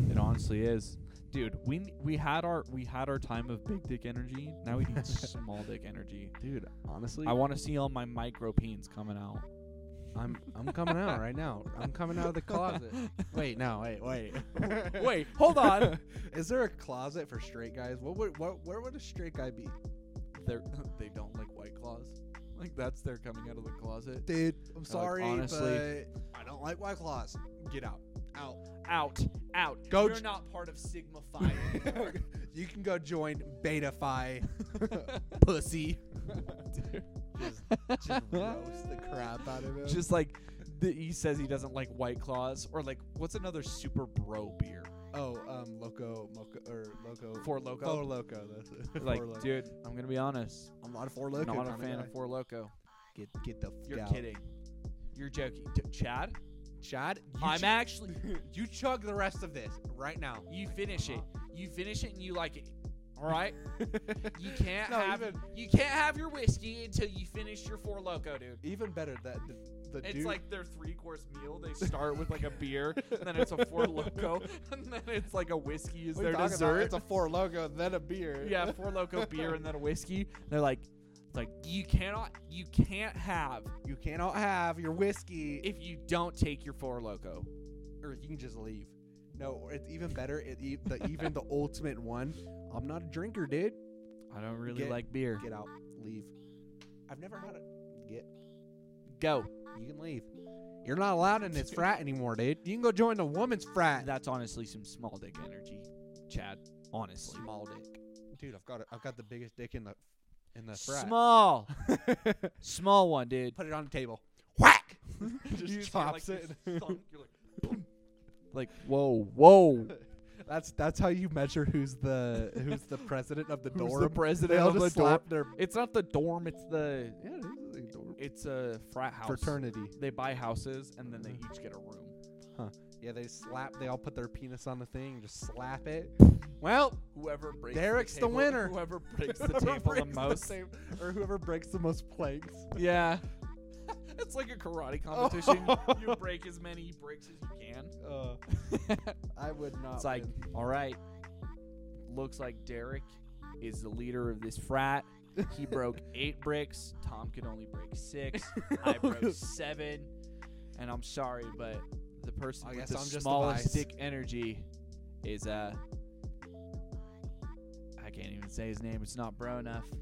A: It honestly is, dude. We n- we had our we had our time of big dick energy. Now we need small dick energy.
B: dude. Honestly,
A: I want to see all my micro peens coming out.
B: I'm I'm coming out right now. I'm coming out of the closet. wait, no, wait, wait,
A: Wait, hold on.
B: Is there a closet for straight guys? What would what where would a straight guy be?
A: they're they don't like white claws. Like that's their coming out of the closet.
B: Dude, I'm sorry,
A: honestly-
B: but I don't like white claws. Get out, out.
C: out, out.
B: Go
C: You're
B: j-
C: not part of Sigma Phi. anymore.
B: you can go join Beta Phi, pussy. just, just roast the crap out of him.
A: Just like the, he says he doesn't like white claws or like what's another super bro beer?
B: oh, um, loco, moco, or loco,
A: Four
B: four
A: Loco.
B: loco. That's it.
A: like,
B: Four Loco.
A: dude, I'm gonna be honest.
B: I'm not a four loco.
A: not a
B: kinda
A: fan
B: guy.
A: of Four Loco.
B: Get get the.
C: You're
B: fuck out.
C: kidding. You're joking. D- Chad,
B: Chad. You
C: I'm
B: ch-
C: actually.
B: you chug the rest of this right now.
C: You finish it. You finish it and you like it. All right. You can't
B: No,
C: have
B: even-
C: you can't have your whiskey until you finish your four loco, dude.
B: Even better that the, the
C: It's
B: dude.
C: like their three course meal. They start with like a beer, and then it's a four loco, and then it's like a whiskey is
B: What are
C: their
B: you talking about?
C: dessert.
B: It's a four loco, then a beer.
C: yeah, four loco beer and then a whiskey. They're like, it's like you cannot, you can't have
B: you cannot have your whiskey
C: if you don't take your four loco.
B: or you can just leave. No, or it's even better. It, e- the even the ultimate one. I'm not a drinker, dude.
A: I don't really
B: Get-
A: like beer.
B: Get out, leave. I've never had a get.
A: Go.
B: You can leave. You're not allowed in this frat anymore, dude. You can go join the woman's frat.
A: That's honestly some small dick energy, Chad. Honestly.
B: Small dick, dude. I've got it. I've got the biggest dick in the in the frat.
A: Small. Small one, dude.
B: Put it on the table. Whack.
C: Just hear,
B: just chops
C: like,
B: it.
C: this thump, you're like,
A: Like, whoa, whoa.
B: that's that's how you measure who's the who's the president of the
A: Who's
B: dorm.
A: the
B: they
A: president
B: all
A: of
B: just
A: the dorm?
B: slap their
A: It's not the dorm, it's the
B: yeah, this is a dorm.
A: it's a frat house.
B: fraternity.
A: They buy houses and then they
B: Mm-hmm.
A: each get a room.
B: Yeah, they slap. They all put their penis on the thing, and just slap it. Well,
A: Whoever breaks
B: Derek's the
A: the, table,
B: winner.
A: Whoever breaks the
B: whoever
A: table the
B: breaks
A: most.
B: table- or whoever breaks the most planks.
A: yeah. it's like a karate competition. you break as many bricks as you can.
B: Uh, I would not.
A: It's like, all right, looks like Derek is the leader of this frat. He broke eight bricks. Tom could only break six. I broke seven. And I'm sorry, but the person
B: I
A: with
B: guess
A: the
B: I'm just the
A: smallest
B: vice.
A: dick energy is uh I can't even say his name. It's not bro enough.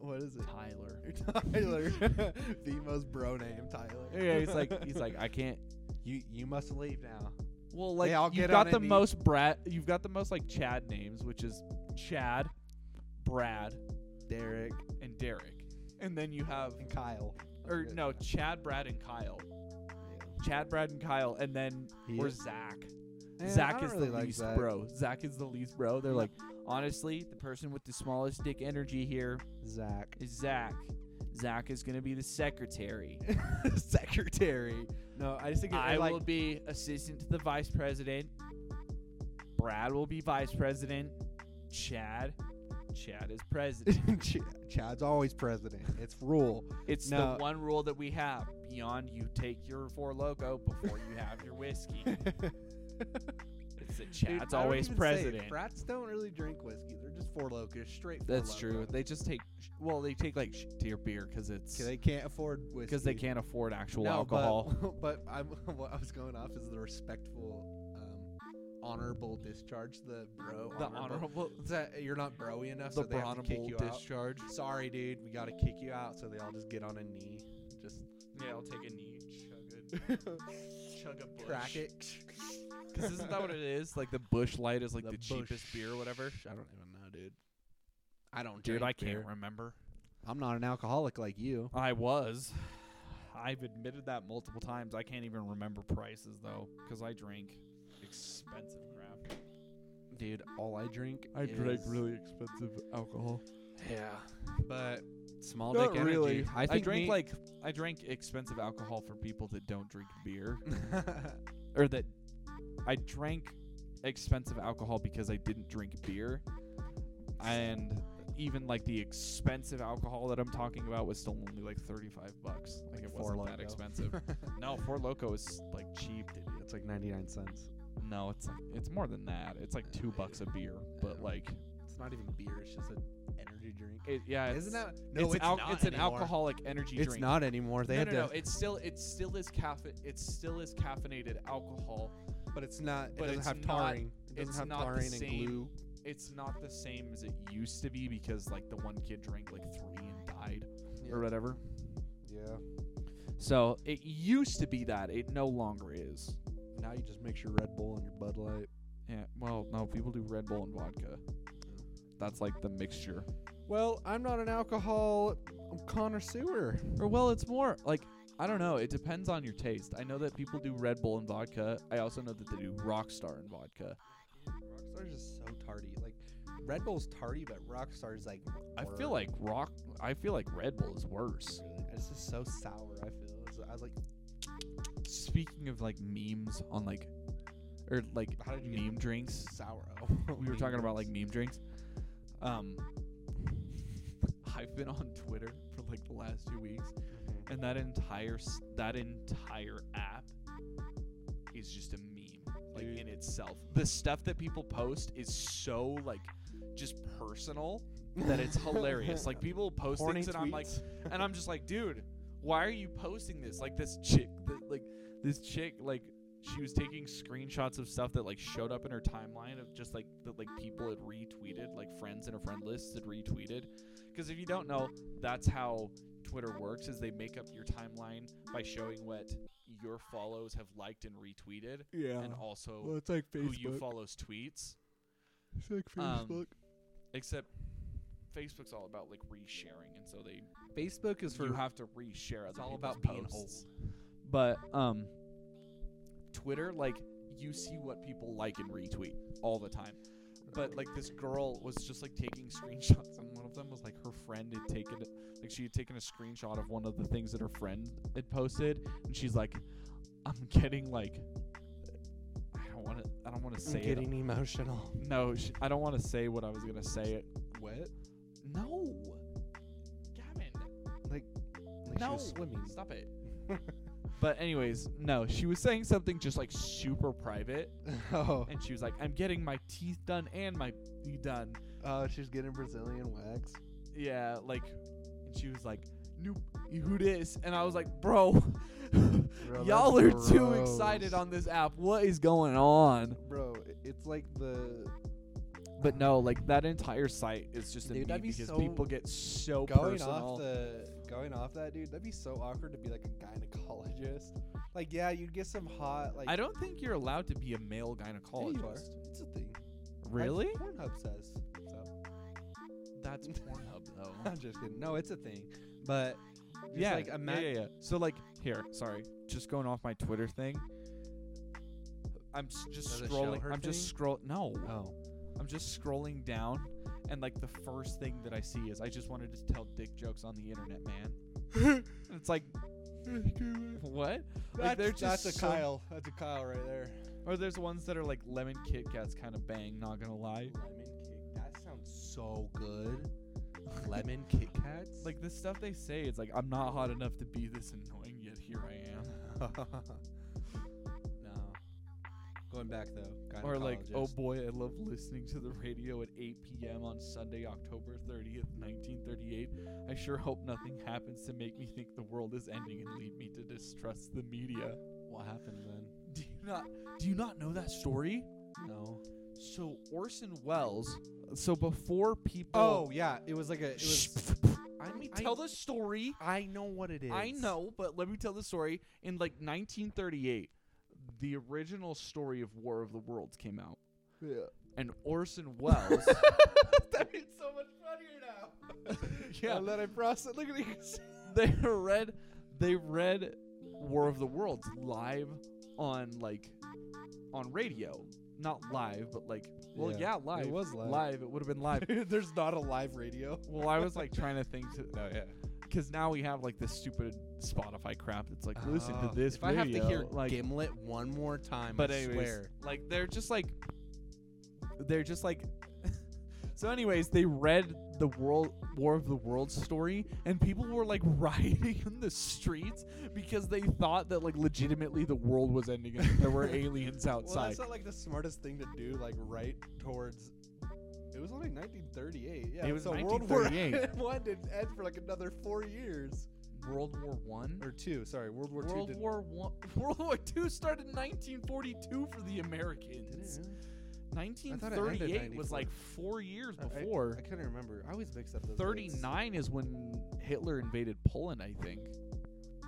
B: What is it?
A: Tyler.
B: Tyler, the most bro name, Tyler.
A: Yeah, he's like he's like I can't.
B: you. You must leave now.
A: Well, like
B: all
A: you've
B: get
A: got
B: on
A: the
B: Indeed.
A: most Brad. You've got the most like Chad names, which is Chad, Brad,
B: Derek
A: and Derek. And then you have
B: and Kyle.
A: or
B: good.
A: no Chad, Brad, and Kyle. Chad, Brad, and Kyle, and then or Zach. Zach is the least bro. Zach is the least bro. They're like, honestly, the person with the smallest dick energy here
B: Zach.
A: is Zach. Zach is gonna be the secretary.
B: Secretary. No, I just think it,
A: I
B: like
A: will be assistant to the vice president. Brad will be vice president. Chad, Chad is president.
B: Ch- Chad's always president. It's rule.
A: It's
B: No.
A: the one rule that we have. Beyond you take your four loco before you have your whiskey. It's that
B: Dude,
A: Chad's
B: I don't
A: always
B: even say it.
A: president.
B: Frats don't really drink whiskey. They're just four locos, straight. Four
A: That's
B: Loko.
A: true. They just take sh- well, they take like sh- to your beer because it's
B: 'Cause they can't afford whiskey.
A: because they can't afford actual
B: No,
A: alcohol.
B: But, but I'm, what I was going off is the respectful, um, honorable discharge. The bro.
A: The honorable,
B: It's that you're not broy enough, so
A: the
B: they have to kick
A: honorable
B: you
A: discharge.
B: out. Sorry, dude. We gotta kick you out. So they all just get on a knee, just
A: Yeah, I'll take a knee, chug a, chug a bush.
B: crack it.
A: Because isn't that what it is? Like the bush light is like the,
B: The
A: cheapest
B: Busch.
A: beer or whatever.
B: I don't even know, dude. I don't drink
A: Dude, I can't
B: beer.
A: remember.
B: I'm not an alcoholic like you.
A: I was. I've admitted that multiple times. I can't even remember prices though, because I drink expensive crap.
B: Dude, all I drink is
A: expensive alcohol.
B: Yeah. But small
A: Not
B: dick energy.
A: really.
B: I
A: I
B: think
A: drank
B: me-
A: like I drank expensive alcohol for people that don't drink beer, or that I drank expensive alcohol because I didn't drink beer, and even like the expensive alcohol that I'm talking about was still only like 35 bucks. Like,
B: Like
A: it
B: Four
A: wasn't that
B: Loko.
A: expensive. no, Four Loco is like cheap. dude.
B: it's like 99 cents.
A: No, it's like it's more than that. It's like two bucks a beer, but like
B: It's not even beer, it's just an energy drink.
A: it, yeah, it's,
B: Isn't that
A: it's, al-
B: not
A: it's an
B: anymore.
A: alcoholic energy
B: It's
A: drink.
B: not anymore. They
A: no,
B: have
A: no,
B: to
A: no. It's still it still is caffe it still is caffeinated alcohol.
B: but it's not it
A: but
B: doesn't
A: it's
B: have
A: not-
B: tarring. it
A: it's
B: doesn't have
A: not the
B: tarring
A: same
B: and glue.
A: It's not the same as it used to be because like the one kid drank like three and died or whatever.
B: Yeah.
A: So it used to be that. It no longer is.
B: Now you just mix your Red Bull and your Bud Light.
A: Yeah. Well, no, people do Red Bull and vodka. That's like the mixture.
B: Well, I'm not an alcohol connoisseur.
A: Or well, it's more like I don't know. It depends on your taste. I know that people do Red Bull and vodka. I also know that they do Rockstar and vodka.
B: Rockstar's is so tardy. Like Red Bull's tardy, but Rockstar's like
A: I feel like rock. I feel like Red Bull is worse.
B: it's just so sour. I feel. It's- I was like,
A: Speaking of like memes on like, or like
B: how did you
A: meme drinks.
B: get sour?
A: We were talking about like meme drinks. Um, I've been on Twitter for like the last two weeks, and that entire s- that entire app is just a meme, like
B: Dude.
A: in itself. The stuff that people post is so like just personal that it's hilarious. like people post things, and I'm like, and I'm just like, dude, why are you posting this? Like this chick, that like this chick, like she was taking screenshots of stuff that like showed up in her timeline of just like that like people had retweeted, like friends in her friend list had retweeted. Because if you don't know, that's how Twitter works: is they make up your timeline by showing what your follows have liked and retweeted,
B: yeah.
A: and also
B: it's like
A: who you follows tweets.
B: it's like
A: um, Facebook. Except Facebook's all about like resharing, and so they
B: Facebook is for
A: you have to reshare.
B: it's
A: other
B: all
A: people's
B: about being
A: posts. But um, Twitter, like you see what people like and retweet all the time. But like this girl was just like taking screenshots, and one of them was like her friend had taken, like she had taken a screenshot of one of the things that her friend had posted, and she's like, "I'm getting like, I don't want to, I don't want to say it.
B: emotional.
A: No, sh- I don't want to say what I was gonna say. It.
B: Wet?
A: No, Gavin,
B: Like she
A: no,
B: was swimming.
A: stop it. But anyways, no, she was saying something just like super private,
B: oh,
A: and she was like, "I'm getting my teeth done and my knee done."
B: oh, she's getting Brazilian wax.
A: Yeah, like, and she was like, "Nope, you who this?" And I was like, "Bro,
B: Bro,
A: Y'all are
B: that's
A: too excited
B: gross.
A: on this app. What is going on?
B: Bro, i- it's like the
A: But no, like that entire site is just a
B: Dude,
A: meme
B: that'd be
A: because
B: so-
A: people get so
B: going
A: personal.
B: off the going off that dude. That'd be so awkward to be like a gynecologist. Like, yeah, you'd get some hot. Like,
A: I don't think you're allowed to be a male
B: Yeah, you are.
A: gynecologist.
B: It's a thing. That's
A: Really?
B: what Pornhub says. So.
A: That's Pornhub though.
B: I'm just kidding. No, it's a thing. But just
A: yeah,
B: like
A: yeah,
B: ima-
A: yeah, yeah. So like here, sorry, just going off my Twitter thing. I'm s- just
B: Does it show
A: scrolling.
B: her
A: I'm just scroll. No,
B: Oh,
A: I'm just scrolling down, and like the first thing that I see is I just wanted to tell dick jokes on the internet, man. And it's like what? Like,
B: that's,
A: they're
B: that's
A: just
B: a
A: so-
B: Kyle. That's a Kyle right there.
A: Or there's ones that are like lemon Kit Kats kind of bang. Not gonna lie.
B: Lemon Kit. That sounds so good. Lemon Kit Kats.
A: Like the stuff they say, it's like I'm not hot enough to be this annoying, yet here I am.
B: no. Going back though.
A: Or like, oh
B: gynecologist.
A: boy, I love listening to the radio at 8 p.m. on Sunday, October 30th, 1938. I sure hope nothing happens to make me think the world is ending and lead me to distrust the media.
B: what happened then?
A: Do you not do you not know that story?
B: No.
A: So Orson Welles. So before people.
B: Oh yeah, it was like a. It was.
A: let me
B: I-
A: tell the story.
B: I know what it is.
A: I know, but let me tell the story. In like 1938, the original story of War of the Worlds came out,
B: Yeah.
A: and Orson Welles.
B: that is so much funnier now.
A: Yeah.
B: I'll let it process. Look at these.
A: they read they read War of the Worlds live on like on radio. Not live, but like well
B: Yeah,
A: yeah, live.
B: was live.
A: It would have been live.
B: There's not a live radio.
A: well, I was like trying to think to
B: No, Oh, yeah.
A: cuz now we have like this stupid Spotify crap that's like listen to this
B: Ah, If I have to hear
A: radio, like
B: Gimlet one more time,
A: but
B: I
A: anyways,
B: swear.
A: like they're just like they're just like so anyways they read the world war of the worlds story and people were like rioting in the streets because they thought that like legitimately the world was ending and that there were aliens
B: Well,
A: outside
B: that's not like the smartest thing to do. Like right towards. It was only 1938. Yeah,
A: It was
B: so World War
A: 1938.
B: One didn't end for like another four years
A: world war one
B: or two. Sorry, World War Two
A: world
B: didn't.
A: war one world war two started in 1942 for the americans
B: thought it ended
A: 1938 was
B: 94.
A: like four years
B: I- I-
A: before
B: I, couldn't remember. I always mix up those. dates.
A: 39 is when hitler invaded poland i think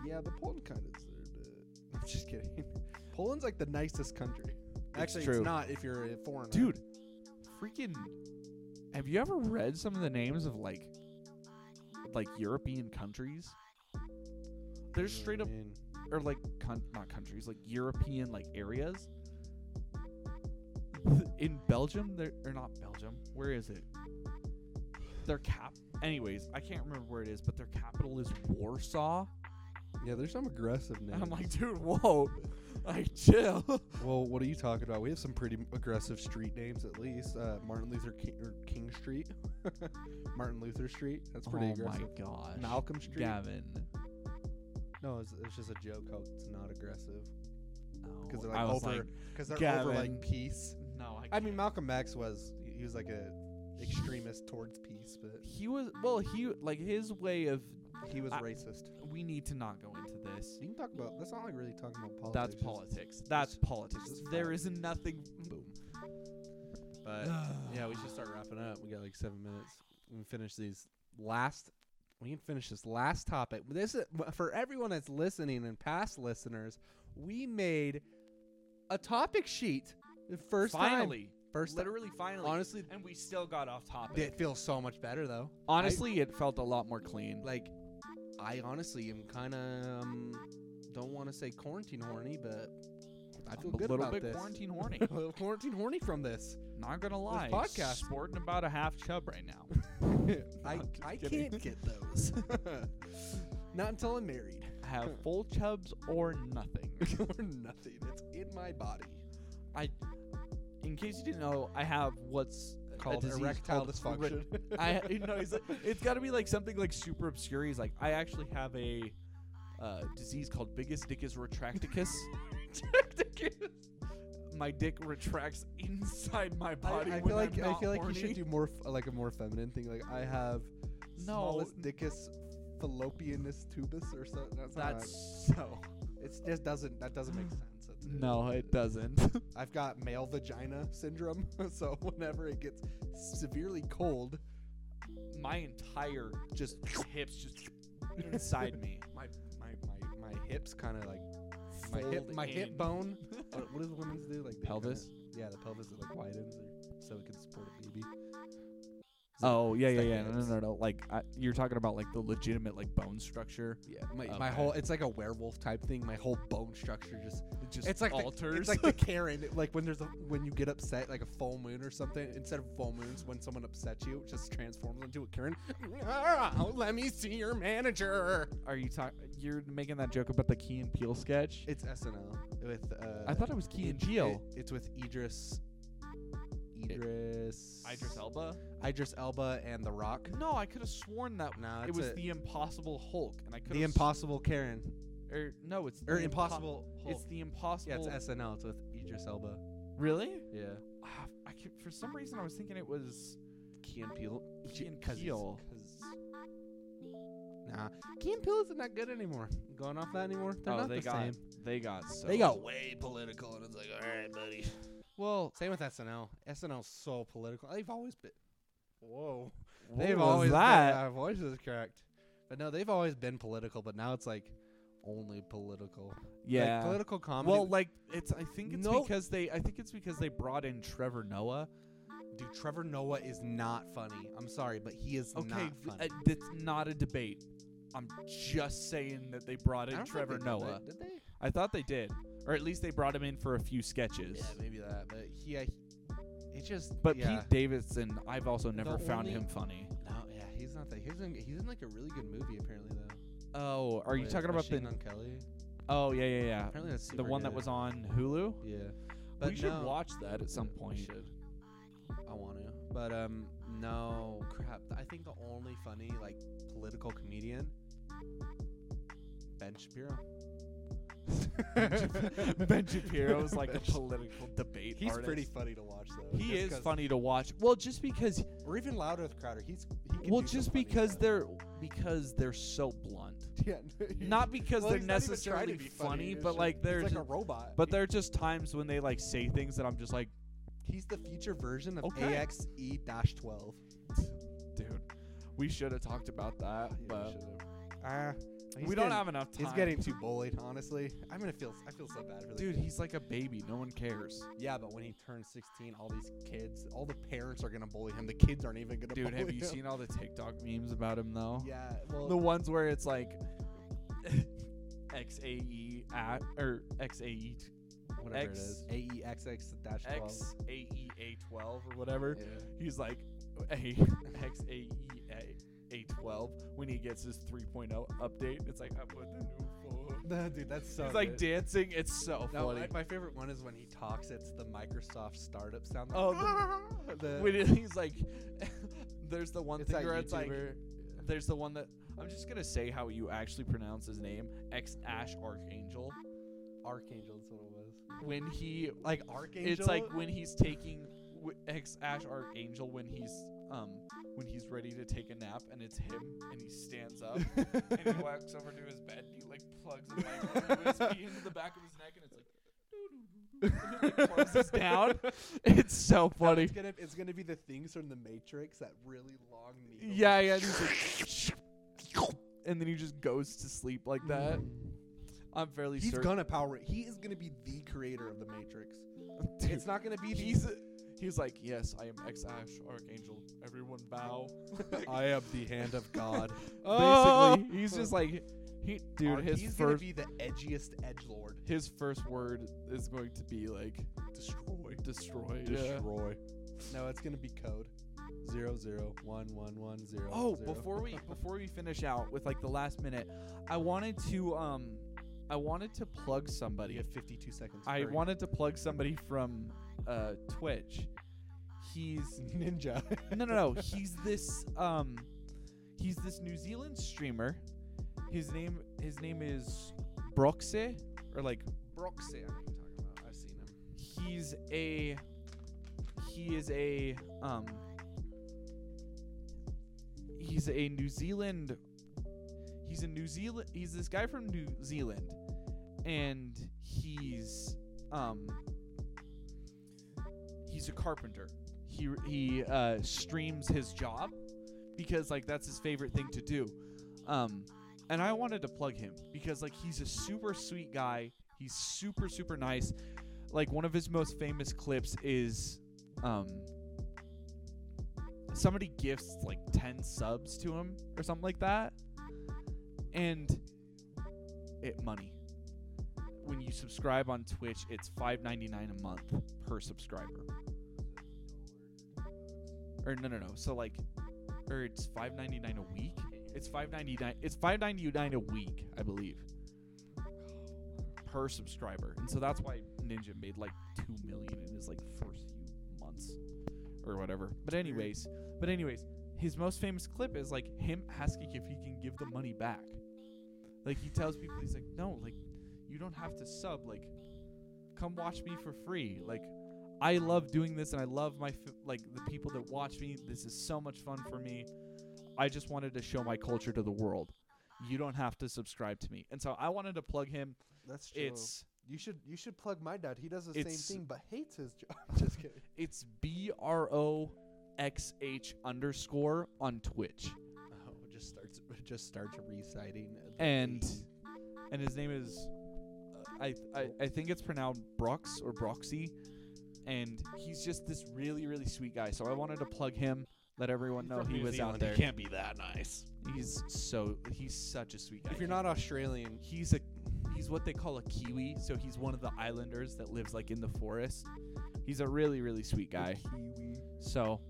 B: Yeah, but Poland kind of deserved it. I'm just kidding. Poland's like the nicest country. Actually,
A: true.
B: it's not if you're a foreigner.
A: dude freaking have you ever read some of the names of like like european countries they're straight up or like con- not countries like european like areas Th- in belgium they're or not belgium where is it their cap anyways i can't remember where it is but their capital is warsaw
B: Yeah, there's some aggressive names.
A: and i'm like dude whoa like chill
B: well, what are you talking about? We have some pretty aggressive street names, at least. Uh, Martin Luther King, or King Street, Martin Luther Street. That's pretty
A: oh
B: aggressive.
A: my gosh
B: Malcolm Street.
A: gavin
B: No, it's, it's just a joke. How it's not aggressive because
A: No,
B: they're like
A: I was
B: over because they're over
A: Gavin.
B: like peace.
A: no i,
B: I mean, Malcolm X was he was like a extremist towards peace, but
A: he was well he like his way of
B: he was
A: I-
B: racist.
A: we need to not go into this
B: You can talk about. That's not like really talking about politics.
A: that's
B: just-
A: politics that's politics
B: just
A: there is nothing boom
B: But yeah, we should start wrapping up. We got like seven minutes. We can finish these last. We can finish this last topic. This is for everyone that's listening and past listeners. We made a topic sheet. The first time.
A: finally
B: First time.
A: literally finally
B: Honestly,
A: and we still got off topic
B: it feels so much better though.
A: honestly it felt a lot more clean
B: Like, I honestly am kind of um, don't want to say quarantine horny, but I feel
A: I'm a
B: good
A: little
B: about
A: bit
B: this.
A: quarantine horny
B: a little quarantine horny from this.
A: not gonna lie
B: podcast-
A: sporting about a half chub right now
B: I,
A: I'm just
B: I
A: kidding.
B: can't get those. Not until I'm married
A: have full chubs or nothing
B: or nothing. It's in my body.
A: in case you didn't know i have what's a disease called erect- I you know he's like, it's got to be like something like super obscure. He's like, I actually have a uh, disease called biggest dickus retracticus. my dick retracts inside my
B: I,
A: body.
B: I
A: when
B: feel like
A: I'm
B: I
A: not
B: feel like you
A: horny.
B: should do more f- like a more feminine thing. Like I have
A: No.
B: smallest dickus fallopianus tubus or something. That's, not
A: That's so.
B: right. It's just doesn't that doesn't make sense. That's it.
A: No, it doesn't.
B: I've got male vagina syndrome, so whenever it gets severely cold,
D: My entire
B: just
D: hips just inside me.
B: my my my, my hips kind of like my hip
D: Fold
B: my hip
D: in.
B: bone. what, what does women do? Like they
A: Pelvis?
B: kinda- yeah, the pelvis it like widens or, so it can support a baby.
A: oh yeah, yeah,
B: Stuck
A: yeah.
B: in
A: No, no,
B: hips.
A: no, no. Like I, you're talking about like the legitimate like bone structure.
B: Yeah, my,
A: Okay.
B: my whole it's like a werewolf type thing. My whole bone structure just
A: It just
B: it's like The,
A: alters.
B: it's like the Karen, it- like when there's a when you get upset, like a full moon or something. Instead of full moons, when someone upsets you, it just transforms into a Karen. "Ah, Let me see your manager.
A: Are you talking? You're making that joke about the Key and Peele sketch?
B: It's SNL with. Uh,
A: I thought it was Key and Peele.
B: it- it's with Idris. Idris.
D: Elba?
B: Idris Elba and The Rock.
D: No, I could have sworn that
B: No,
D: it
B: it's
D: was
B: a-
D: the Impossible Hulk, and I could
B: the Impossible Karen
A: er,
D: Or no, it's
B: or
D: the
B: Impossible.
D: Impo-
B: Hulk.
D: It's the Impossible.
B: yeah, it's SNL. It's with Idris Elba.
D: really?
B: Yeah.
D: Ah, I could, for some reason I was thinking it was
B: Key and Peele.
D: Key and
B: Cause he's-
D: Peele.
B: cause- Nah, Key and Peele isn't that good anymore. Going off that anymore, they're
D: Oh,
B: not
D: they
B: the
D: got
B: same.
D: they got so
B: They got way political, and it's like, all right, buddy.
D: well.
B: Same with SNL. SNL's so political. They've always been. Whoa.
A: What
B: they've
A: was
B: always
A: that?
B: Been, our voice is correct, but no, they've always been political. But now it's like only political.
A: yeah.
B: Like, political comedy.
A: well, like it's. I think it's
B: No.
A: because they. I think it's because they brought in Trevor Noah.
B: dude, Trevor Noah is not funny. I'm sorry, but he is
A: Okay,
B: not
A: th-
B: funny.
A: uh, that's not a debate. I'm just saying that they brought
B: I
A: in
B: don't think
A: Trevor
B: they did
A: Noah.
B: that, Did they?
A: I thought they did, or at least they brought him in for a few sketches.
B: Yeah, maybe that. But yeah, he, it just.
A: but
B: yeah.
A: Pete Davidson, I've also never
B: The
A: found
B: only-
A: him funny.
B: No, yeah, he's not that. He's in. He's in like a really good movie apparently though.
A: Oh, are you
B: With
A: talking about the?
B: Machine Gun Kelly?
A: Oh yeah, yeah, yeah.
B: Apparently that's
A: The
B: super
A: one that
B: good.
A: was on Hulu.
B: Yeah, but
A: we should
B: no,
A: watch that at some
B: we
A: point.
B: should. I want to, but um, no crap. I think the only funny like political comedian. Ben Shapiro.
A: ben Shapiro's like a political debate.
B: He's
A: artist.
B: pretty funny to watch though.
A: He
B: just
A: is
B: 'cause-
A: funny to watch. Well, just because
B: Or even Loudeth Crowder. He's he can
A: well
B: do some
A: just
B: funny
A: because
B: stuff.
A: they're because they're so blunt
B: yeah, no, he-
A: not because
B: well,
A: they're
B: he's not even trying
A: necessarily
B: to be
A: funny,
B: he's
A: but
B: just-
A: like there's
B: he's like
A: just-
B: a robot.
A: but there are just times when they like say things that i'm just like
B: he's the future version of E
A: Okay.
B: AXE-12.
A: dude we should have talked about that
B: Yeah, we
A: but
B: should've. Ah, he's
A: we don't
B: getting-
A: have enough time
B: He's getting too bullied, honestly. I'm gonna feel. I feel so bad for the
A: dude
B: kid.
A: he's like a baby no one cares
B: Yeah, but when he turns 16, all these kids, all the parents are gonna bully him. The kids aren't even gonna.
A: dude
B: bully
A: have you
B: him.
A: seen all the tiktok memes about him though
B: Yeah. Well,
A: the ones where it's like xae at or E, xae
B: whatever
A: X-
B: it is. AEXX E dash 12.
A: xaea 12 E or whatever
B: Yeah.
A: He's like a X A E A A twelve when he gets his 3.0 update. It's like I put the new phone.
B: Nah, dude, that's so.
A: He's like
B: good.
A: dancing. It's so
B: No,
A: funny.
B: my, my favorite one is when he talks. It's the Microsoft startup sound. like,
A: oh, the,
B: the-
A: when he's like, there's the one
B: it's
A: thing
B: that
A: where it's like,
B: YouTuber-
A: there's the one that I'm just gonna say how you actually pronounce his name, X Ash Archangel.
B: Archangel. That's what it was.
A: When he,
B: Like Archangel.
A: it's like when he's taking w- X Ash Archangel when he's um when he's ready to take a nap and it's him and he stands up and he walks over to his bed and he like plugs a microphone USB into the back of his neck and it's like and it, like, closes down. It's so funny.
B: It's gonna, it's gonna be the things from the Matrix that really long needle.
A: Yeah, yeah. And, he's like, and then he just goes to sleep like that. I'm fairly
B: He's
A: certain.
B: gonna power. He is gonna be the creator of the Matrix.
A: Dude,
B: It's not gonna be the.
A: he's he's like, yes, I am ex Ash Archangel. Everyone bow.
B: I am the hand of God.
A: Basically, he's just like, he dude. his
B: Oh! he's gonna
A: first
B: be the edgiest edge lord.
A: his first word is going to be like
B: Destroy.
A: destroy. Yeah.
B: Destroy. No, it's gonna be code. Zero zero one one one zero.
A: Oh,
B: zero.
A: before we before we finish out with like the last minute, I wanted to um I wanted to plug
B: you
A: somebody.
B: have fifty two seconds.
A: I
B: Hurry.
A: wanted to plug somebody from uh Twitch. He's
B: ninja.
A: no no no, he's this um he's this New Zealand streamer. His name his name is Broxe or like
B: Broxy, I know what you're talking about. I've seen him.
A: he's a he is a um he's a New Zealand he's a New Zealand he's this guy from New Zealand and he's um he's a carpenter. He he uh, streams his job because like that's his favorite thing to do. Um, and I wanted to plug him because like he's a super sweet guy. He's super super nice. Like one of his most famous clips is um somebody gifts like 10 subs to him or something like that. And it money. When you subscribe on Twitch, it's 5.99 a month per subscriber. Or no no no. So like or it's 5.99 a week. It's 5.99 it's 5.99 a week, I believe. Per subscriber. And so that's why Ninja made like 2 million in his like first few months or whatever. But
B: Weird.
A: anyways, but anyways, his most famous clip is like him asking if he can give the money back. Like he tells people he's like, "No, like you don't have to sub. Like come watch me for free. Like I love doing this and I love my f- like the people that watch me. This is so much fun for me. I just wanted to show my culture to the world. You don't have to subscribe to me." And so I wanted to plug him.
B: That's true.
A: It's
B: you should you should plug my dad. He does the
A: It's-
B: same thing but hates his job. Just kidding.
A: It's B R O X H underscore on Twitch.
B: Oh, just starts just starts reciting.
A: And and his name is uh, I, I I think it's pronounced Brox or Broxy. And he's just this really, really sweet guy. So I wanted to plug him, let everyone
B: He's
A: know
B: from
A: he
B: New
A: was out
B: Zealand. He
A: there.
E: can't be that nice.
A: He's so he's such a sweet guy.
B: if you're not Australian,
A: he's a he's what they call a Kiwi, so he's one of the islanders that lives like in the forest. He's a really, really sweet guy. So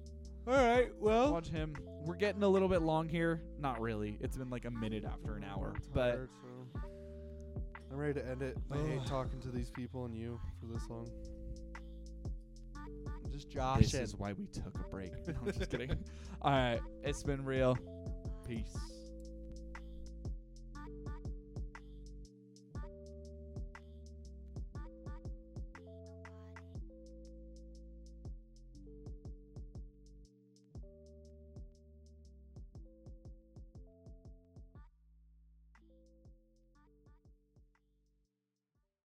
B: All right. Well,
A: Watch him. We're getting a little bit long here. Not really. It's been like a minute after an hour. But
B: I'm ready to end it. I hate
A: Ugh.
B: talking to these people and you for this long. I'm just
A: this
B: joshing.
A: is why we took a break. No, I'm just kidding. All right. It's been real. Peace.